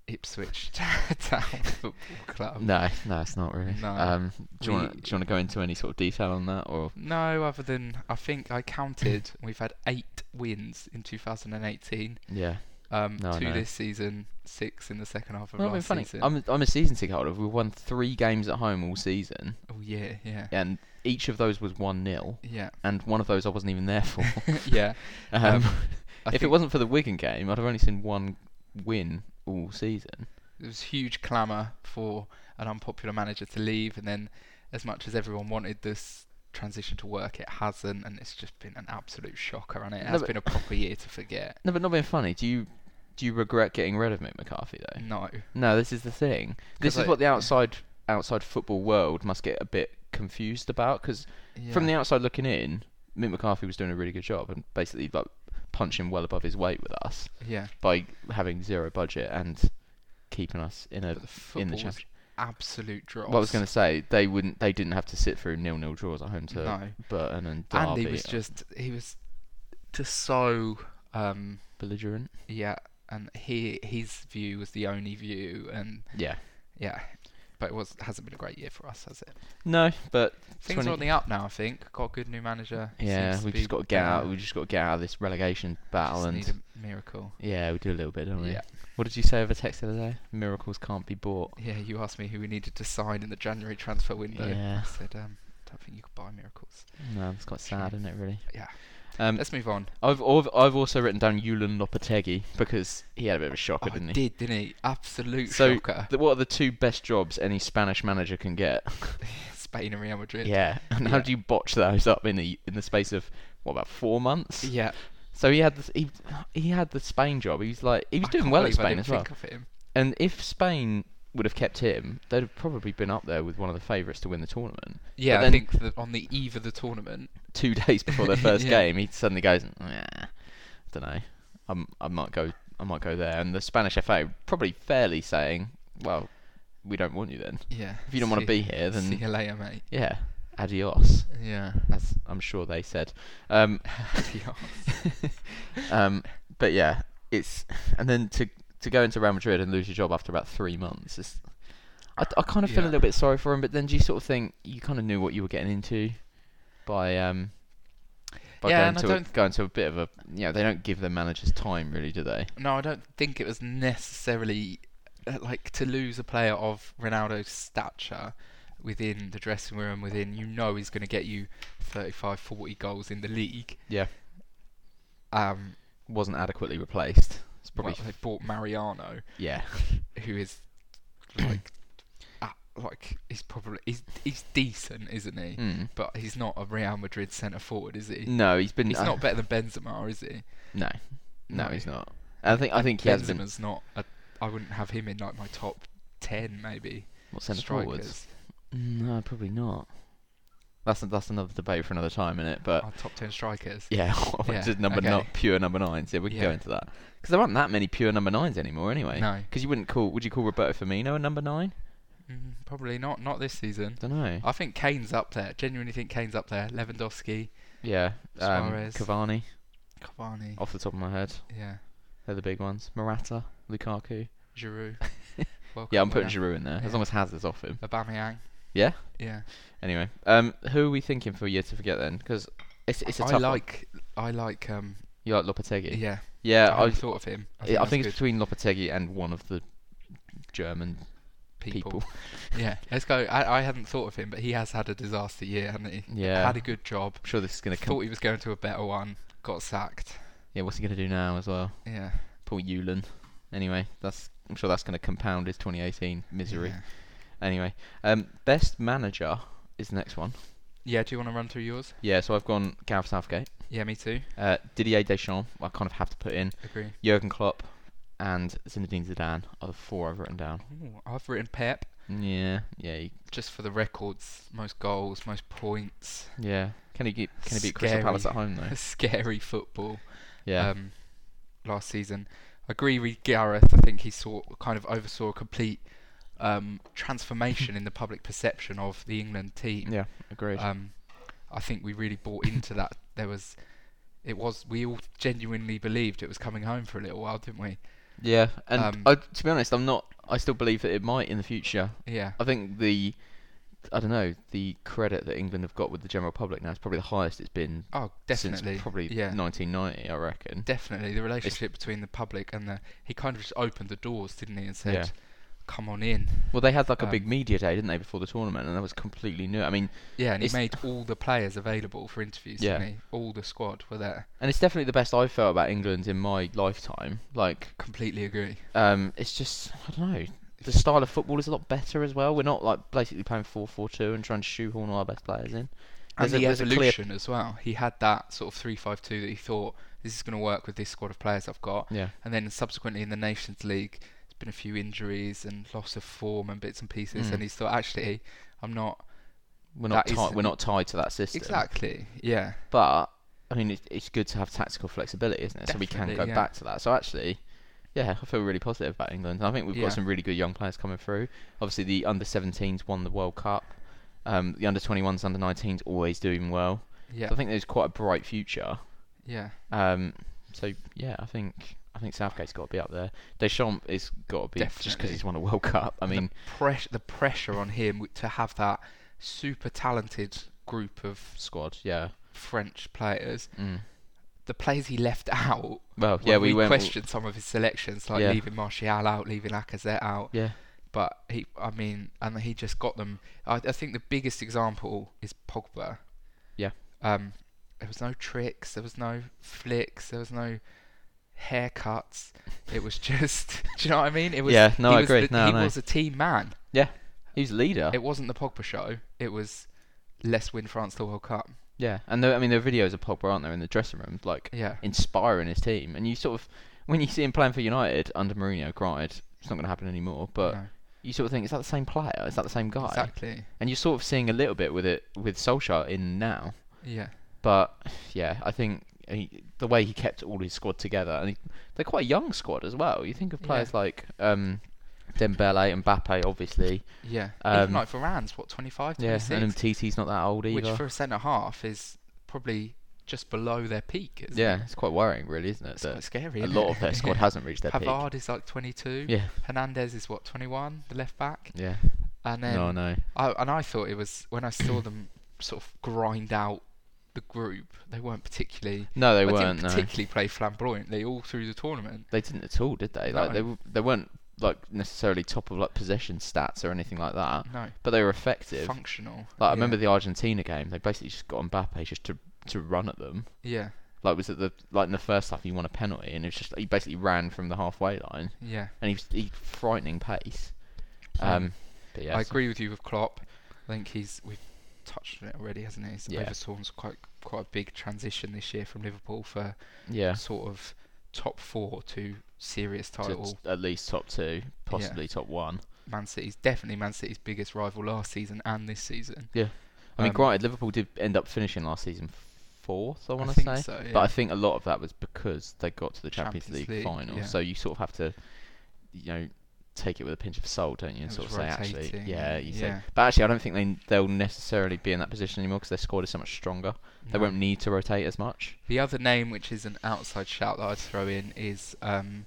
Speaker 2: Ipswich Town Football Club.
Speaker 1: no, Um, no, it's not really.
Speaker 2: no.
Speaker 1: Um, do you want
Speaker 2: We-
Speaker 1: to go into any sort of detail on that, or
Speaker 2: No, other than I think I counted, we've had eight wins in 2018.
Speaker 1: yeah?
Speaker 2: Um,
Speaker 1: No,
Speaker 2: two
Speaker 1: no.
Speaker 2: this season, six in the second half of
Speaker 1: Well,
Speaker 2: last
Speaker 1: that'd be
Speaker 2: season.
Speaker 1: I'm a, I'm a season ticket holder. We've won three games at home all season,
Speaker 2: oh yeah, yeah,
Speaker 1: and each of those was one 0
Speaker 2: yeah,
Speaker 1: and one of those I wasn't even there for.
Speaker 2: yeah.
Speaker 1: um,
Speaker 2: I
Speaker 1: if it
Speaker 2: think
Speaker 1: wasn't for the Wigan game, I'd have only seen one win all season.
Speaker 2: there was huge clamour for an unpopular manager to leave, and then as much as everyone wanted this transition to work, it hasn't, and it's just been an absolute shocker, and it
Speaker 1: No,
Speaker 2: has
Speaker 1: but-
Speaker 2: been a proper year to forget.
Speaker 1: No, but not being funny. Do you do you regret getting rid of Mick McCarthy though?
Speaker 2: No.
Speaker 1: No, this is the thing. This
Speaker 2: 'Cause,
Speaker 1: is
Speaker 2: like-
Speaker 1: what the outside outside football world must get a bit confused about because from the
Speaker 2: Yeah.
Speaker 1: outside looking in, Mick McCarthy was doing a really good job and basically like punching well above his weight with us.
Speaker 2: yeah,
Speaker 1: by having zero budget and keeping us in a
Speaker 2: but the
Speaker 1: in the
Speaker 2: football's
Speaker 1: championship.
Speaker 2: absolute dross.
Speaker 1: What I was going to say, they wouldn't, they didn't have to sit through nil nil draws at home to
Speaker 2: no,
Speaker 1: Burton and Derby.
Speaker 2: Andy was just he was just so um
Speaker 1: belligerent.
Speaker 2: yeah, and he his view was the only view, and
Speaker 1: Yeah.
Speaker 2: yeah, but it was hasn't been a great year for us, has it?
Speaker 1: No, but
Speaker 2: Things are on
Speaker 1: 20
Speaker 2: the up now, I think. Got a good new manager. He
Speaker 1: yeah,
Speaker 2: seems to
Speaker 1: we've
Speaker 2: be
Speaker 1: just got to get out.
Speaker 2: better.
Speaker 1: We've just got to get out of this relegation battle
Speaker 2: Just
Speaker 1: and.
Speaker 2: need a miracle.
Speaker 1: yeah, we do a little bit, don't we?
Speaker 2: Yeah.
Speaker 1: What did you say over text the other day? Miracles can't be bought.
Speaker 2: Yeah, you asked me who we needed to sign in the January transfer window.
Speaker 1: Yeah.
Speaker 2: I said um, don't think you could buy miracles.
Speaker 1: No, it's quite sad, isn't it? Really.
Speaker 2: Yeah.
Speaker 1: Um,
Speaker 2: Let's move on.
Speaker 1: I've al- I've also written down Yulan Lopetegui because he had a bit of a shocker,
Speaker 2: Oh,
Speaker 1: didn't he?
Speaker 2: did, didn't he? Absolute
Speaker 1: So-
Speaker 2: shocker.
Speaker 1: The- what are the two best jobs any Spanish manager can get?
Speaker 2: Spain and Real Madrid.
Speaker 1: yeah. And how
Speaker 2: Yeah.
Speaker 1: do you botch those up in the in the space of what about four months?
Speaker 2: Yeah.
Speaker 1: So he had this, he he had the Spain job. He was like he was
Speaker 2: I
Speaker 1: doing
Speaker 2: can't
Speaker 1: well at
Speaker 2: believe I
Speaker 1: Spain
Speaker 2: didn't
Speaker 1: as well.
Speaker 2: Think of him.
Speaker 1: And if Spain would have kept him, they'd have probably been up there with one of the favourites to win the tournament.
Speaker 2: Yeah,
Speaker 1: But
Speaker 2: I
Speaker 1: then-
Speaker 2: think that on the eve of the tournament,
Speaker 1: Two days before their first
Speaker 2: Yeah.
Speaker 1: game, he suddenly goes, nah, I don't know. I'm, I might go. I might go there. And the Spanish FA probably fairly saying, well, we don't want you then.
Speaker 2: yeah.
Speaker 1: If you don't want to
Speaker 2: see-
Speaker 1: be here, then
Speaker 2: see you later, mate.
Speaker 1: yeah, adios.
Speaker 2: Yeah.
Speaker 1: As I'm sure they said. Um,
Speaker 2: Yeah.
Speaker 1: um, but yeah, it's and then to to go into Real Madrid and lose your job after about three months. It's, I, I kind of feel
Speaker 2: Yeah.
Speaker 1: a little bit sorry for him, but then do you sort of think you kind of knew what you were getting into by um by
Speaker 2: Yeah,
Speaker 1: going
Speaker 2: and I
Speaker 1: to a,
Speaker 2: don't-
Speaker 1: going to a bit of a you know they don't give their managers time really, do they?
Speaker 2: No, I don't think it was necessarily uh, like to lose a player of Ronaldo's stature within the dressing room, within you know he's going to get you 35, 40 goals in the league.
Speaker 1: Yeah,
Speaker 2: Um,
Speaker 1: wasn't adequately replaced. It's probably
Speaker 2: well, they bought Mariano,
Speaker 1: yeah
Speaker 2: who is like, ah, like he's probably he's he's decent, isn't he?
Speaker 1: Mm.
Speaker 2: But he's not a Real Madrid centre forward, is he?
Speaker 1: no he's been
Speaker 2: He's
Speaker 1: uh,
Speaker 2: not better than Benzema, is he?
Speaker 1: no no
Speaker 2: No.
Speaker 1: he's not. I think I think he has been
Speaker 2: Benzema's not. A, I wouldn't have him in like my top ten, maybe.
Speaker 1: what centre forwards.
Speaker 2: strikers.
Speaker 1: No, probably not. That's that's another debate for another time, isn't it? But
Speaker 2: Our top ten strikers.
Speaker 1: yeah, what's
Speaker 2: Oh. yeah,
Speaker 1: it number
Speaker 2: okay.
Speaker 1: not pure number nines. Yeah, we can go
Speaker 2: Yeah.
Speaker 1: into that because there aren't that many pure number nines anymore, anyway.
Speaker 2: No.
Speaker 1: because you wouldn't call. Would you call Roberto Firmino a number nine?
Speaker 2: Mm, probably not. Not this season.
Speaker 1: don't know.
Speaker 2: I think Kane's up there. Genuinely think Kane's up there. Lewandowski,
Speaker 1: yeah, um,
Speaker 2: Suarez.
Speaker 1: Cavani
Speaker 2: Cavani.
Speaker 1: off the top of my head.
Speaker 2: Yeah.
Speaker 1: They're the big ones. Morata, Lukaku.
Speaker 2: Giroud. World
Speaker 1: Yeah,
Speaker 2: Cup
Speaker 1: I'm putting
Speaker 2: winner.
Speaker 1: Giroud in there as
Speaker 2: Yeah.
Speaker 1: long as Hazard's off him.
Speaker 2: Aubameyang.
Speaker 1: Yeah.
Speaker 2: Yeah.
Speaker 1: Anyway, um, who are we thinking for a year to forget then? Because it's it's a tough
Speaker 2: I
Speaker 1: one.
Speaker 2: like. I like. Um.
Speaker 1: you like Lopetegui.
Speaker 2: Yeah.
Speaker 1: Yeah,
Speaker 2: I
Speaker 1: I,
Speaker 2: hadn't thought of him.
Speaker 1: I think,
Speaker 2: that's
Speaker 1: it's
Speaker 2: good.
Speaker 1: between Lopetegui and one of the German people.
Speaker 2: yeah. Let's go. I, I hadn't thought of him, but he has had a disaster year, hasn't he?
Speaker 1: Yeah.
Speaker 2: Had a good job.
Speaker 1: I'm sure this is going to
Speaker 2: Thought
Speaker 1: come.
Speaker 2: he was going to a better one. Got sacked.
Speaker 1: Yeah, what's he going to do now as well?
Speaker 2: Yeah.
Speaker 1: Paul Euland. Anyway, that's I'm sure that's going to compound his 2018 misery.
Speaker 2: Yeah.
Speaker 1: Anyway, um, best manager is the next one.
Speaker 2: yeah. Do you want to run through yours?
Speaker 1: Yeah, so I've gone Gareth Southgate,
Speaker 2: Yeah. Me too.
Speaker 1: uh, Didier Deschamps. I kind of have to put in
Speaker 2: Agree.
Speaker 1: Jurgen Klopp and Zinedine Zidane are the four I've written down.
Speaker 2: Ooh, I've written Pep.
Speaker 1: Yeah, yeah, you-
Speaker 2: just for the records, most goals, most points,
Speaker 1: yeah. Can he get, can he beat Crystal
Speaker 2: Scary.
Speaker 1: Palace at home though?
Speaker 2: scary football.
Speaker 1: Yeah,
Speaker 2: Um, last season, I agree with Gareth. I think he saw kind of oversaw a complete um, transformation in the public perception of the England team.
Speaker 1: yeah, agreed.
Speaker 2: Um, I think we really bought into that. There was, it was we all genuinely believed it was coming home for a little while, didn't we?
Speaker 1: yeah, and
Speaker 2: um,
Speaker 1: I, to be honest, I'm not. I still believe that it might in the future.
Speaker 2: Yeah.
Speaker 1: I think the I don't know the credit that England have got with the general public now is probably the highest it's been
Speaker 2: Oh, definitely.
Speaker 1: since probably
Speaker 2: yeah.
Speaker 1: 1990, I reckon.
Speaker 2: Definitely, the relationship between the public and the he kind of just opened the doors, didn't he, and said,
Speaker 1: Yeah.
Speaker 2: "Come on in."
Speaker 1: Well, they had like a big
Speaker 2: Um,
Speaker 1: media day, didn't they, before the tournament, and that was completely new. I mean,
Speaker 2: Yeah, and he
Speaker 1: It's-
Speaker 2: made all the players available for interviews,
Speaker 1: Yeah.
Speaker 2: didn't he? All the squad were there.
Speaker 1: and it's definitely the best I've felt about England in my lifetime. Like,
Speaker 2: Completely agree.
Speaker 1: um, it's just I don't know. The style of football is a lot better as well. We're not like basically playing 4-4-2 and trying to shoehorn all our best players in.
Speaker 2: And
Speaker 1: There's a-
Speaker 2: the
Speaker 1: there's a clear-
Speaker 2: evolution as well. He had that sort of three-five-two that he thought this is going to work with this squad of players I've got.
Speaker 1: Yeah.
Speaker 2: And then subsequently in the Nations League, there's been a few injuries and loss of form and bits and pieces,
Speaker 1: Mm.
Speaker 2: and he's thought actually I'm not
Speaker 1: We're not
Speaker 2: That is-
Speaker 1: tied. We're not tied to that system.
Speaker 2: exactly. Yeah.
Speaker 1: But I mean, it's, it's good to have tactical flexibility, isn't it? so we can
Speaker 2: Definitely,
Speaker 1: go
Speaker 2: yeah.
Speaker 1: back to that. So actually, yeah, I feel really positive about England. And I think we've
Speaker 2: Yeah.
Speaker 1: got some really good young players coming through. Obviously, the under 17s won the World Cup. Um, the under 21s, under 19s, always doing well.
Speaker 2: Yeah.
Speaker 1: So I think there's quite a bright future.
Speaker 2: yeah.
Speaker 1: Um, so yeah, I think I think Southgate's got to be up there. Deschamps is got to be just because
Speaker 2: Definitely.
Speaker 1: he's won a World Cup. I mean,
Speaker 2: the, press- the pressure on him w- to have that super talented group of
Speaker 1: squad. Yeah.
Speaker 2: French players.
Speaker 1: Mm.
Speaker 2: The players he left out
Speaker 1: Well,
Speaker 2: when
Speaker 1: yeah, we, went.
Speaker 2: questioned some of his selections, like
Speaker 1: Yeah.
Speaker 2: leaving Martial out, leaving Lacazette out,
Speaker 1: Yeah.
Speaker 2: But he, I mean, and he just got them. I, I think the biggest example is Pogba.
Speaker 1: Yeah.
Speaker 2: Um, there was no tricks, there was no flicks, there was no haircuts. It was just, do you know what I mean? It was.
Speaker 1: Yeah, no,
Speaker 2: he
Speaker 1: I
Speaker 2: was
Speaker 1: agree.
Speaker 2: The,
Speaker 1: No,
Speaker 2: he
Speaker 1: no.
Speaker 2: was a team man.
Speaker 1: He's leader.
Speaker 2: It wasn't the Pogba show. It was, let's win France the World Cup.
Speaker 1: yeah, and there, I mean there are videos of Pogba, aren't there, in the dressing room, like
Speaker 2: Yeah.
Speaker 1: inspiring his team. And you sort of, when you see him playing for United under Mourinho, granted, it's not going to happen anymore. But
Speaker 2: No,
Speaker 1: you sort of think, is that the same player? Is that the same guy?
Speaker 2: exactly.
Speaker 1: And you're sort of seeing a little bit with it with Solskjaer in now.
Speaker 2: Yeah.
Speaker 1: But yeah, I think he, the way he kept all his squad together, and he, they're quite a young squad as well. You think of
Speaker 2: Yeah.
Speaker 1: players like um, Dembele and Mbappe, obviously.
Speaker 2: Yeah.
Speaker 1: Um,
Speaker 2: Even like Varane's what 25,
Speaker 1: Yeah,
Speaker 2: 26,
Speaker 1: and Mtiti's not that old
Speaker 2: which
Speaker 1: either.
Speaker 2: for a centre half is probably just below their peak. Isn't
Speaker 1: yeah,
Speaker 2: it?
Speaker 1: it's quite worrying, really, isn't it?
Speaker 2: it's
Speaker 1: that
Speaker 2: quite scary.
Speaker 1: a
Speaker 2: isn't
Speaker 1: lot
Speaker 2: it?
Speaker 1: of their squad
Speaker 2: Yeah.
Speaker 1: hasn't reached their peak.
Speaker 2: Pavard is like 22.
Speaker 1: Yeah,
Speaker 2: Hernandez is what 21, the left back,
Speaker 1: yeah.
Speaker 2: and then
Speaker 1: No, no.
Speaker 2: I, and I thought it was when I saw them sort of grind out the group. They weren't particularly.
Speaker 1: No, they
Speaker 2: well,
Speaker 1: weren't.
Speaker 2: Didn't
Speaker 1: No,
Speaker 2: particularly play flamboyantly all through the tournament.
Speaker 1: they didn't at all, did they? Like
Speaker 2: No.
Speaker 1: they w- they weren't like necessarily top of like possession stats or anything like that.
Speaker 2: No,
Speaker 1: But they were effective.
Speaker 2: functional.
Speaker 1: Like I
Speaker 2: yeah.
Speaker 1: remember the Argentina game, they basically just got Mbappe just to to run at them.
Speaker 2: Yeah,
Speaker 1: Like was it the like in the first half he won a penalty and it was just he basically ran from the halfway line
Speaker 2: yeah.
Speaker 1: and he was he frightening pace.
Speaker 2: Yeah.
Speaker 1: Um, but yeah,
Speaker 2: I
Speaker 1: so-
Speaker 2: agree with you with Klopp. I think he's we've touched on it already, hasn't he? He's
Speaker 1: Yeah.
Speaker 2: oversawn's quite quite a big transition this year from Liverpool for
Speaker 1: Yeah,
Speaker 2: sort of top four to serious
Speaker 1: to
Speaker 2: title.
Speaker 1: t- at least top two, possibly top one.
Speaker 2: Man City's definitely Man City's biggest rival last season and this season.
Speaker 1: I mean,
Speaker 2: Um,
Speaker 1: granted, Liverpool did end up finishing last season fourth. I
Speaker 2: I
Speaker 1: want to
Speaker 2: think
Speaker 1: say.
Speaker 2: so. Yeah.
Speaker 1: But I think a lot of that was because they got to the Champions,
Speaker 2: Champions
Speaker 1: League,
Speaker 2: League,
Speaker 1: final.
Speaker 2: yeah.
Speaker 1: So you sort of have to, you know, take it with a pinch of salt, don't you? And
Speaker 2: It
Speaker 1: sort of
Speaker 2: was
Speaker 1: say, actually,
Speaker 2: rotating
Speaker 1: yeah,
Speaker 2: and-
Speaker 1: you
Speaker 2: yeah.
Speaker 1: say. But actually, I don't think they they'll necessarily be in that position anymore because their squad is so much stronger. They
Speaker 2: No.
Speaker 1: won't need to rotate as much.
Speaker 2: Mm. The other name, which is an outside shout that I'd throw in, is um,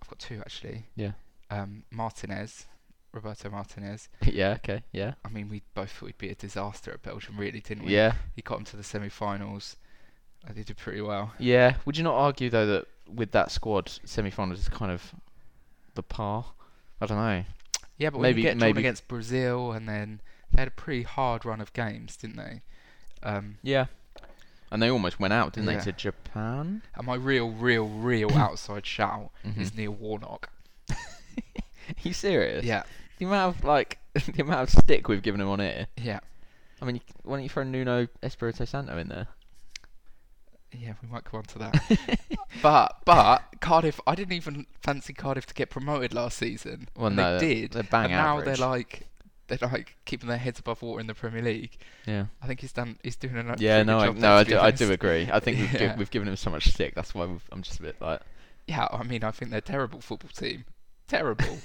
Speaker 2: I've got two actually.
Speaker 1: Yeah.
Speaker 2: Um, Martinez, Roberto Martinez.
Speaker 1: yeah. Okay. Yeah.
Speaker 2: I mean, we both thought he'd be a disaster at Belgium, really, didn't we?
Speaker 1: Yeah.
Speaker 2: He got him to the semi-finals. and He did pretty well.
Speaker 1: Yeah. Would you not argue though that with that squad, semi-finals is kind of the par? I don't know.
Speaker 2: Yeah, but when
Speaker 1: Maybe-
Speaker 2: you get drawn
Speaker 1: maybe-
Speaker 2: against Brazil, and then they had a pretty hard run of games, didn't they? Um,
Speaker 1: Yeah. And they almost went out, didn't
Speaker 2: Yeah.
Speaker 1: they, to Japan?
Speaker 2: and my real, real, real outside shout
Speaker 1: Mhm.
Speaker 2: is Neil Warnock.
Speaker 1: Are you serious?
Speaker 2: Yeah,
Speaker 1: The amount of like the amount of stick we've given him on here.
Speaker 2: yeah,
Speaker 1: I mean, you- why don't you throw Nuno Espirito Santo in there?
Speaker 2: yeah. We might go on to that. but but Cardiff, I didn't even fancy Cardiff to get promoted last season.
Speaker 1: Well,
Speaker 2: and
Speaker 1: no,
Speaker 2: they
Speaker 1: they're-
Speaker 2: did.
Speaker 1: they're bang
Speaker 2: and now
Speaker 1: average.
Speaker 2: they're like they're like keeping their heads above water in the Premier League.
Speaker 1: Yeah.
Speaker 2: I think he's done. He's doing a pretty
Speaker 1: Yeah.
Speaker 2: good
Speaker 1: No. I,
Speaker 2: job
Speaker 1: no.
Speaker 2: there,
Speaker 1: I
Speaker 2: to be
Speaker 1: do, I do
Speaker 2: honest.
Speaker 1: agree. I think we've,
Speaker 2: Yeah.
Speaker 1: gi- we've given him so much stick. That's why we've, I'm just a bit like.
Speaker 2: Yeah, I mean, I think they're a terrible football team. Terrible.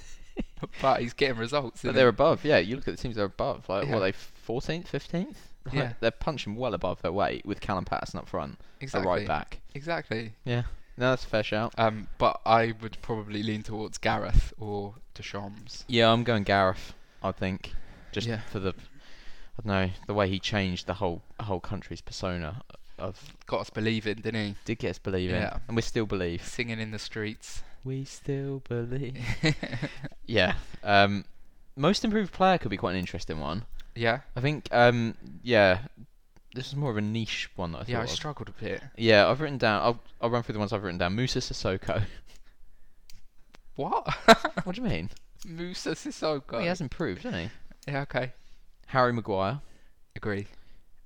Speaker 2: but he's getting results.
Speaker 1: But
Speaker 2: isn't
Speaker 1: they're
Speaker 2: he?
Speaker 1: above. Yeah. You look at the teams they're above. Like,
Speaker 2: Yeah.
Speaker 1: what are they? Fourteenth, fifteenth.
Speaker 2: Yeah.
Speaker 1: They're punching well above their weight with Callum Patterson up front,
Speaker 2: exactly.
Speaker 1: a right back.
Speaker 2: Exactly.
Speaker 1: Yeah. No, that's a fair shout.
Speaker 2: Um, but I would probably lean towards Gareth or Deschamps.
Speaker 1: Yeah, I'm going Gareth. I think just
Speaker 2: Yeah.
Speaker 1: for the, I don't know, the way he changed the whole whole country's persona of
Speaker 2: Got us believing, didn't he?
Speaker 1: did get us believing,
Speaker 2: Yeah.
Speaker 1: and we still believe.
Speaker 2: Singing in the streets.
Speaker 1: We still believe. Yeah. Um, most improved player could be quite an interesting one.
Speaker 2: yeah.
Speaker 1: I think. Um, yeah, this is more of a niche one that I
Speaker 2: yeah, I
Speaker 1: thought. of.
Speaker 2: struggled a bit.
Speaker 1: Yeah, I've written down. I'll I'll run through the ones I've written down. Musa Sissoko.
Speaker 2: What?
Speaker 1: what do you mean?
Speaker 2: Musa Sissoko.
Speaker 1: Well, he has improved, hasn't he?
Speaker 2: Yeah, okay.
Speaker 1: Harry Maguire.
Speaker 2: Agree.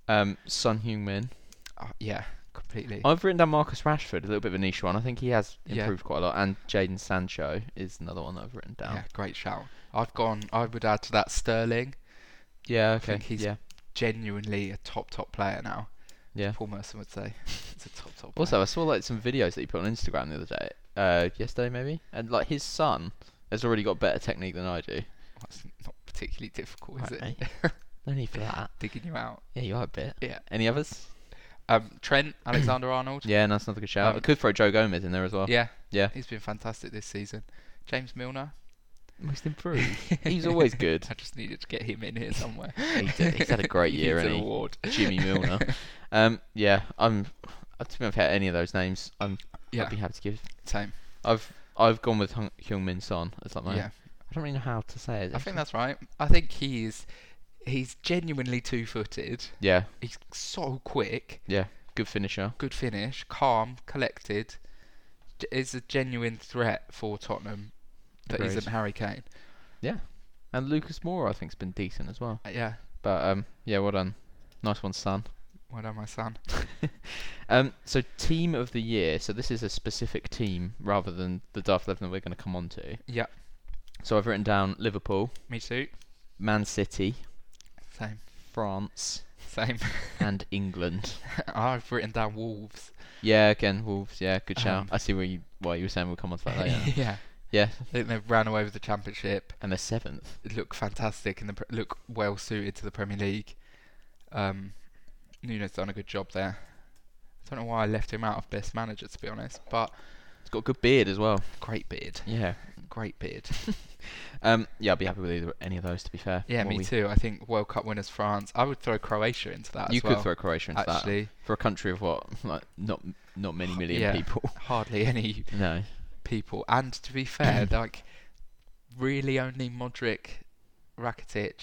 Speaker 1: Um, Sun Heung-min.
Speaker 2: Uh, yeah, completely.
Speaker 1: I've written down Marcus Rashford, a little bit of a niche one. I think he has
Speaker 2: Yeah.
Speaker 1: improved quite a lot. And Jaden Sancho is another one that I've written down.
Speaker 2: Yeah, great shout. I've gone, I would add to that Sterling.
Speaker 1: Yeah, okay.
Speaker 2: think he's-
Speaker 1: yeah.
Speaker 2: Genuinely a top, top player now.
Speaker 1: Yeah.
Speaker 2: Paul Merson would say. It's a top, top player.
Speaker 1: Also, I saw like some videos that he put on Instagram the other day, uh, yesterday maybe, and like his son has already got better technique than I do.
Speaker 2: That's not particularly difficult, is
Speaker 1: Right, eh?
Speaker 2: it?
Speaker 1: mate. No need for that.
Speaker 2: Digging you out.
Speaker 1: Yeah, you are a bit.
Speaker 2: Yeah.
Speaker 1: Any others?
Speaker 2: Um, Trent Alexander Arnold.
Speaker 1: Yeah, no, that's another good shout. I
Speaker 2: Um,
Speaker 1: could throw Joe Gomez in there as well.
Speaker 2: Yeah.
Speaker 1: Yeah.
Speaker 2: He's been fantastic this season. James Milner.
Speaker 1: Most improved. he's always good.
Speaker 2: I just needed to get him in here somewhere.
Speaker 1: He did- he's had a great
Speaker 2: He
Speaker 1: year,
Speaker 2: needs
Speaker 1: hasn't
Speaker 2: an
Speaker 1: he?
Speaker 2: award.
Speaker 1: Jimmy Milner. Um, yeah, I'm. I don't know if I had any of those names. I'm.
Speaker 2: Yeah.
Speaker 1: I'd be happy to give.
Speaker 2: Same.
Speaker 1: I've I've gone with Hung- Hyung Min Son as like my
Speaker 2: Yeah.
Speaker 1: I don't really know how to say it.
Speaker 2: I think that's right. I think he's he's genuinely two-footed.
Speaker 1: yeah,
Speaker 2: He's so quick,
Speaker 1: yeah, good finisher.
Speaker 2: good finish, calm, collected. G- Is a genuine threat for Tottenham that
Speaker 1: Agreed.
Speaker 2: not Harry Kane.
Speaker 1: And Lucas Moore, I think's been decent as well.
Speaker 2: Uh, yeah,
Speaker 1: But um, yeah, well done, nice one, son.
Speaker 2: well done, my son.
Speaker 1: Um, so team of the year. So this is a specific team rather than the draft eleven that we're going to come on to.
Speaker 2: Yeah,
Speaker 1: So I've written down Liverpool,
Speaker 2: me too.
Speaker 1: Man City,
Speaker 2: Same,
Speaker 1: France,
Speaker 2: same. Oh,
Speaker 1: and England.
Speaker 2: I've written down Wolves.
Speaker 1: Yeah, again Wolves. Yeah, good shout.
Speaker 2: Um,
Speaker 1: I see where you why you were saying we'll come on to that later.
Speaker 2: yeah,
Speaker 1: yeah,
Speaker 2: I think they've ran away with the championship.
Speaker 1: and they're seventh.
Speaker 2: Look fantastic and the, pre- look well suited to the Premier League. Um, Nuno's done a good job there. I don't know why I left him out of best manager to be honest, but
Speaker 1: It's got a good beard as well.
Speaker 2: great beard,
Speaker 1: Yeah.
Speaker 2: great beard.
Speaker 1: Um. Yeah, I'd be happy with either any of those. To be fair.
Speaker 2: Yeah,
Speaker 1: What
Speaker 2: me
Speaker 1: we-
Speaker 2: too. I think World Cup winners France. I would throw Croatia into that.
Speaker 1: You
Speaker 2: as
Speaker 1: could
Speaker 2: well,
Speaker 1: throw Croatia into that
Speaker 2: actually
Speaker 1: for a country of what, like not not many million
Speaker 2: Yeah.
Speaker 1: people.
Speaker 2: hardly any
Speaker 1: no.
Speaker 2: people. And to be fair, like really only Modric, Rakitic,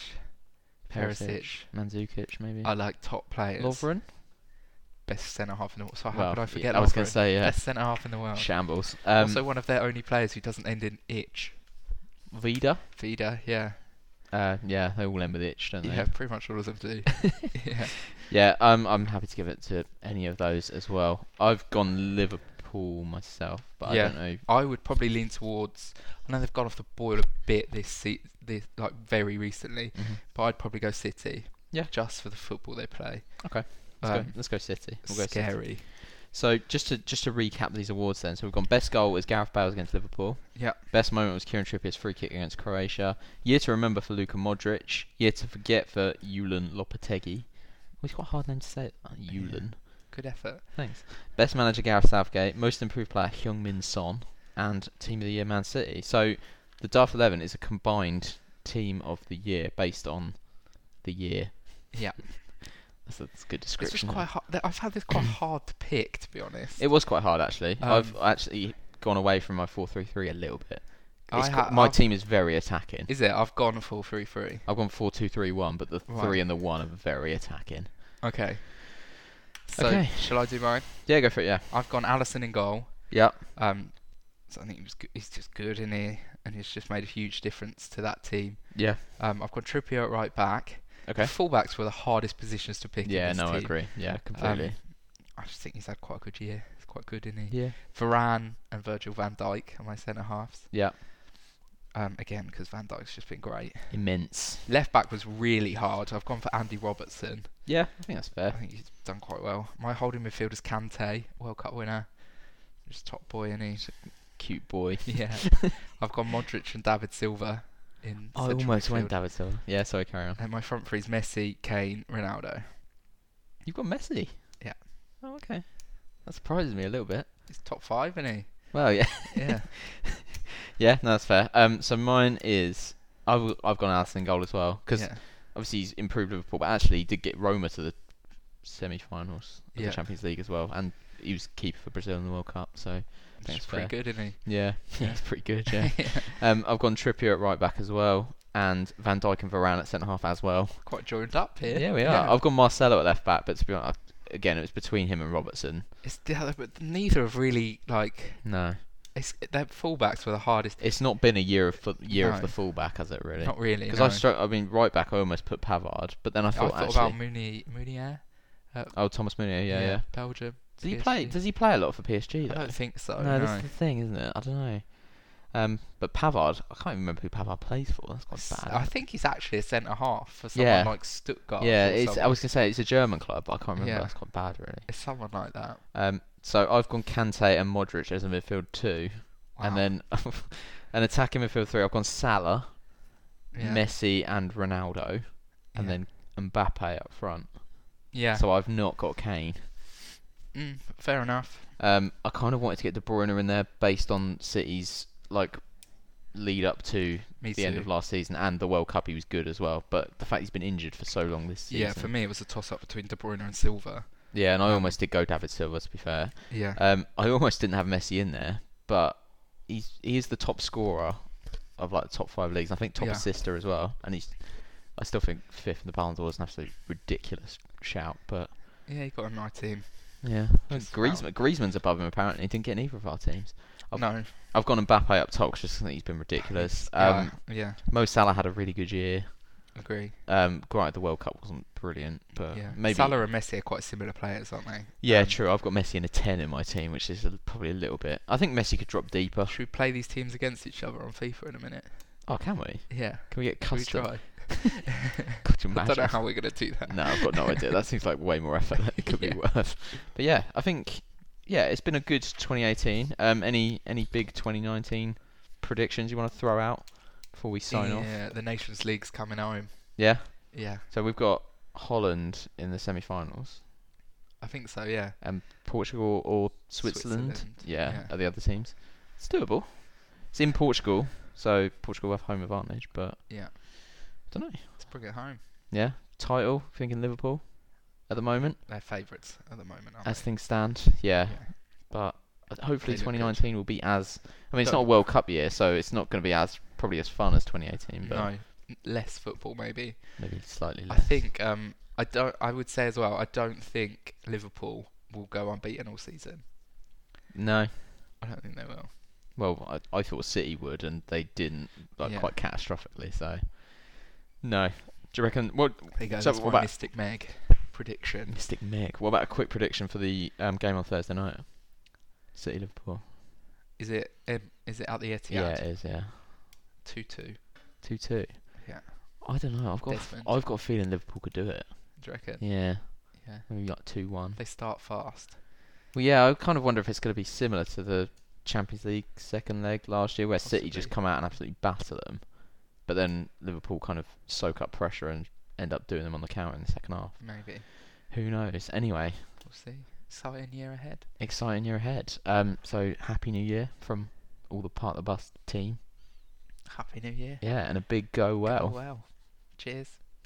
Speaker 2: Perisic.
Speaker 1: Mandzukic, maybe.
Speaker 2: are like top players.
Speaker 1: Lovren.
Speaker 2: Best centre half in the world. So how
Speaker 1: Well,
Speaker 2: could I
Speaker 1: yeah,
Speaker 2: forget?
Speaker 1: I was
Speaker 2: Lovren?
Speaker 1: going to say yeah.
Speaker 2: best centre half in the world.
Speaker 1: Shambles. Um,
Speaker 2: also one of their only players who doesn't end in itch.
Speaker 1: Vida.
Speaker 2: Vida, yeah,
Speaker 1: Uh, yeah, they all end with itch, don't they?
Speaker 2: yeah, pretty much all of them do. yeah,
Speaker 1: Yeah, um, I'm happy to give it to any of those as well. I've gone Liverpool myself, but I
Speaker 2: Yeah.
Speaker 1: don't know.
Speaker 2: I would probably lean towards. I know they've gone off the boil a bit this se- this like very recently, but I'd probably go City.
Speaker 1: Yeah.
Speaker 2: just for the football they play.
Speaker 1: Okay, Let's, go,
Speaker 2: Um,
Speaker 1: let's go City. We'll go City.
Speaker 2: scary.
Speaker 1: So just to just to recap these awards then. So we've gone best goal was Gareth Bale against Liverpool.
Speaker 2: Yeah.
Speaker 1: Best moment was Kieran Trippier's free kick against Croatia. Year to remember for Luka Modric. Year to forget for Yulan Lopetegui. Well, it's quite a hard name to say. uh, Yulan.
Speaker 2: Good effort.
Speaker 1: Thanks. Best manager Gareth Southgate. Most improved player Hyung Min Son. And team of the year Man City. So the Darth Eleven is a combined team of the year based on the year.
Speaker 2: Yeah.
Speaker 1: That's, that's a good
Speaker 2: This was
Speaker 1: description.
Speaker 2: quite hard. I've found this quite hard to pick, to be honest.
Speaker 1: It was quite hard actually. I've
Speaker 2: Um,
Speaker 1: actually gone away from my four three three a little bit.
Speaker 2: I
Speaker 1: It's
Speaker 2: ha-
Speaker 1: qu- my
Speaker 2: I've-
Speaker 1: team is very attacking.
Speaker 2: Is it? I've gone full three-three.
Speaker 1: I've gone four two three one, but the
Speaker 2: Right.
Speaker 1: three and the one are very attacking.
Speaker 2: Okay. So
Speaker 1: Okay.
Speaker 2: shall I do mine?
Speaker 1: Yeah, go for it. Yeah,
Speaker 2: I've gone Allison in goal.
Speaker 1: yeah,
Speaker 2: Um, so I think he was good. he's just good in here, and he's just made a huge difference to that team.
Speaker 1: yeah.
Speaker 2: Um, I've got Trippier at right back.
Speaker 1: Okay.
Speaker 2: Fullbacks were the hardest positions to pick. in
Speaker 1: Yeah,
Speaker 2: this
Speaker 1: no, I
Speaker 2: team. Um,
Speaker 1: agree. Yeah, completely.
Speaker 2: I just think he's had quite a good year. He's quite good in he.
Speaker 1: yeah,
Speaker 2: Varane and Virgil Van Dijk are my centre halves.
Speaker 1: yeah.
Speaker 2: Um, again, because Van Dijk's just been great.
Speaker 1: Immense.
Speaker 2: Left back was really hard. I've gone for Andy Robertson.
Speaker 1: Yeah, I think that's
Speaker 2: I
Speaker 1: fair.
Speaker 2: think he's done quite well. My holding midfield is Kante, World Cup winner. Just top boy, and he's
Speaker 1: Cute boy.
Speaker 2: yeah. I've got Modric and David Silva in.
Speaker 1: I
Speaker 2: central
Speaker 1: almost went
Speaker 2: midfield.
Speaker 1: David Silva. Yeah, sorry, carry on.
Speaker 2: And my front three is Messi, Kane, Ronaldo.
Speaker 1: You've got Messi.
Speaker 2: Yeah.
Speaker 1: Oh, okay. That surprises me a little bit.
Speaker 2: He's top five, isn't
Speaker 1: Well, yeah,
Speaker 2: he? Yeah.
Speaker 1: yeah, no, that's fair. Um, so mine is I've I've gone Alisson in goal as well because
Speaker 2: yeah.
Speaker 1: obviously he's improved Liverpool, but actually he did get Roma to the semi-finals of
Speaker 2: Yeah.
Speaker 1: the Champions League as well, and he was keeper for Brazil in the World Cup. So
Speaker 2: He's
Speaker 1: that's
Speaker 2: pretty
Speaker 1: fair.
Speaker 2: good, isn't
Speaker 1: yeah, yeah,
Speaker 2: Yeah.
Speaker 1: it's pretty good.
Speaker 2: he?
Speaker 1: Yeah. um, I've gone Trippier at right back as well, and Van Dijk and Varane at centre half as well.
Speaker 2: Quite joined up here.
Speaker 1: Yeah, we are. I've gone Marcelo at left back, but to be honest, I- again it was between him and Robertson.
Speaker 2: It's the other, but neither have really like.
Speaker 1: No,
Speaker 2: It's their fullbacks were the hardest.
Speaker 1: it's not been a year of fu- year of
Speaker 2: No.
Speaker 1: the fullback, has it really?
Speaker 2: Not really.
Speaker 1: Because
Speaker 2: no.
Speaker 1: I struck. I mean, right back, I almost put Pavard, but then I
Speaker 2: I
Speaker 1: thought,
Speaker 2: thought
Speaker 1: actually,
Speaker 2: about Mooney, Mounier.
Speaker 1: oh Thomas Meunier, yeah, yeah.
Speaker 2: Belgium.
Speaker 1: Does he play?
Speaker 2: PSG.
Speaker 1: Does he play a lot for PSG?
Speaker 2: I
Speaker 1: Though?
Speaker 2: don't think so.
Speaker 1: no,
Speaker 2: No,
Speaker 1: this is the thing, isn't it? I don't know. Um, but Pavard, I can't even remember who Pavard plays for. That's
Speaker 2: S-
Speaker 1: quite
Speaker 2: I
Speaker 1: bad.
Speaker 2: think he's actually a centre half for someone
Speaker 1: Yeah.
Speaker 2: like Stuttgart.
Speaker 1: yeah,
Speaker 2: or
Speaker 1: it's. I
Speaker 2: someone.
Speaker 1: was gonna say it's a German club, but I can't remember.
Speaker 2: Yeah.
Speaker 1: That's quite bad, really.
Speaker 2: it's someone like that.
Speaker 1: Um, so I've gone Kante and Modric as a midfield two,
Speaker 2: Wow.
Speaker 1: and then an attacking midfield three. I've gone Salah,
Speaker 2: yeah.
Speaker 1: Messi, and Ronaldo, and
Speaker 2: Yeah.
Speaker 1: then Mbappe up front.
Speaker 2: yeah,
Speaker 1: So I've not got Kane.
Speaker 2: mm, fair enough.
Speaker 1: Um, I kind of wanted to get De Bruyne in there based on City's like lead up to
Speaker 2: Me
Speaker 1: the
Speaker 2: too.
Speaker 1: end of last season and the World Cup. He was good as well, but the fact he's been injured for so long this season.
Speaker 2: yeah, for me it was a toss up between De Bruyne and Silva.
Speaker 1: Yeah, and I
Speaker 2: um,
Speaker 1: almost did go David Silva. To be fair,
Speaker 2: Yeah,
Speaker 1: um, I almost didn't have Messi in there, but he's he is the top scorer of like the top five leagues. I think top
Speaker 2: Yeah.
Speaker 1: assister as well, and he's. I still think fifth in the Ballon d'Or is an absolute ridiculous shout, but
Speaker 2: Yeah, he got on my team.
Speaker 1: yeah,
Speaker 2: Just
Speaker 1: Griezmann, Griezmann's above him apparently. He didn't get in either of our teams. I've-
Speaker 2: no.
Speaker 1: I've gone Mbappe up top 'cause I just think he's been ridiculous. Um,
Speaker 2: yeah, yeah,
Speaker 1: Mo Salah had a really good year.
Speaker 2: agree.
Speaker 1: Um, granted, the World Cup wasn't brilliant, but
Speaker 2: yeah.
Speaker 1: uh, maybe
Speaker 2: Salah and Messi are quite similar players, aren't they?
Speaker 1: Yeah,
Speaker 2: Um,
Speaker 1: true. I've got Messi in a ten in my team, which is a, probably a little bit. I think Messi could drop deeper.
Speaker 2: Should we play these teams against each other on FIFA in a minute?
Speaker 1: Oh, can we?
Speaker 2: Yeah.
Speaker 1: Can we get
Speaker 2: Can we
Speaker 1: custom?
Speaker 2: try?
Speaker 1: Could you
Speaker 2: I don't know
Speaker 1: imagine?
Speaker 2: how we're gonna do that.
Speaker 1: No, I've got no idea. That seems like way more effort than it could
Speaker 2: Yeah.
Speaker 1: be worth. But yeah, I think yeah, it's been a good 2018. Um, any any big 2019 predictions you want to throw out before we sign off?
Speaker 2: yeah, the Nations League's coming home.
Speaker 1: Yeah.
Speaker 2: Yeah,
Speaker 1: So we've got Holland in the semi-finals
Speaker 2: I think so. Yeah.
Speaker 1: and Portugal or Switzerland.
Speaker 2: Switzerland,
Speaker 1: Yeah,
Speaker 2: yeah.
Speaker 1: are the other teams. It's doable. It's in Portugal, so Portugal have home advantage, but
Speaker 2: Yeah.
Speaker 1: don't know.
Speaker 2: Let's bring it home.
Speaker 1: Yeah, title thinking Liverpool at the moment
Speaker 2: They're favourites at the moment, aren't
Speaker 1: as
Speaker 2: they?
Speaker 1: things stand. Yeah, but uh, hopefully
Speaker 2: They look good.
Speaker 1: 2019 will be as. I mean, it's not a
Speaker 2: Don't-
Speaker 1: World Cup year, so it's not going to be as probably as fun as 2018, but
Speaker 2: No, n- less football maybe.
Speaker 1: maybe slightly
Speaker 2: I
Speaker 1: less.
Speaker 2: think um, I don't. I would say as well. I don't think Liverpool will go unbeaten all season.
Speaker 1: no.
Speaker 2: I don't think they will.
Speaker 1: Well, I, I thought City would, and they didn't like
Speaker 2: Yeah.
Speaker 1: quite catastrophically. So no. Do you reckon? What
Speaker 2: There you go.
Speaker 1: So
Speaker 2: that's
Speaker 1: what
Speaker 2: my
Speaker 1: about-
Speaker 2: Mystic Meg prediction.
Speaker 1: Mystic Meg. What about a quick prediction for the um, game on Thursday night? City Liverpool.
Speaker 2: Is it? Um, is it at the
Speaker 1: Yeah,
Speaker 2: Etihad?
Speaker 1: it is. Yeah,
Speaker 2: Two two.
Speaker 1: two two.
Speaker 2: Yeah.
Speaker 1: I don't know. I've got.
Speaker 2: Desmond.
Speaker 1: I've got a feeling Liverpool could do it.
Speaker 2: Do you reckon?
Speaker 1: Yeah,
Speaker 2: Yeah.
Speaker 1: maybe like two one.
Speaker 2: They start fast.
Speaker 1: Well, yeah, I kind of wonder if it's going to be similar to the Champions League second leg last year, where City just
Speaker 2: Possibly.
Speaker 1: come out and absolutely batter them, but then Liverpool kind of soak up pressure and end up doing them on the counter in the second half.
Speaker 2: Maybe.
Speaker 1: Who knows? Anyway,
Speaker 2: We'll see. Exciting year ahead.
Speaker 1: exciting year ahead. Um, so happy New Year from all the part of the bus team.
Speaker 2: Happy New Year.
Speaker 1: Yeah, and a big go
Speaker 2: Go
Speaker 1: well.
Speaker 2: well. Cheers.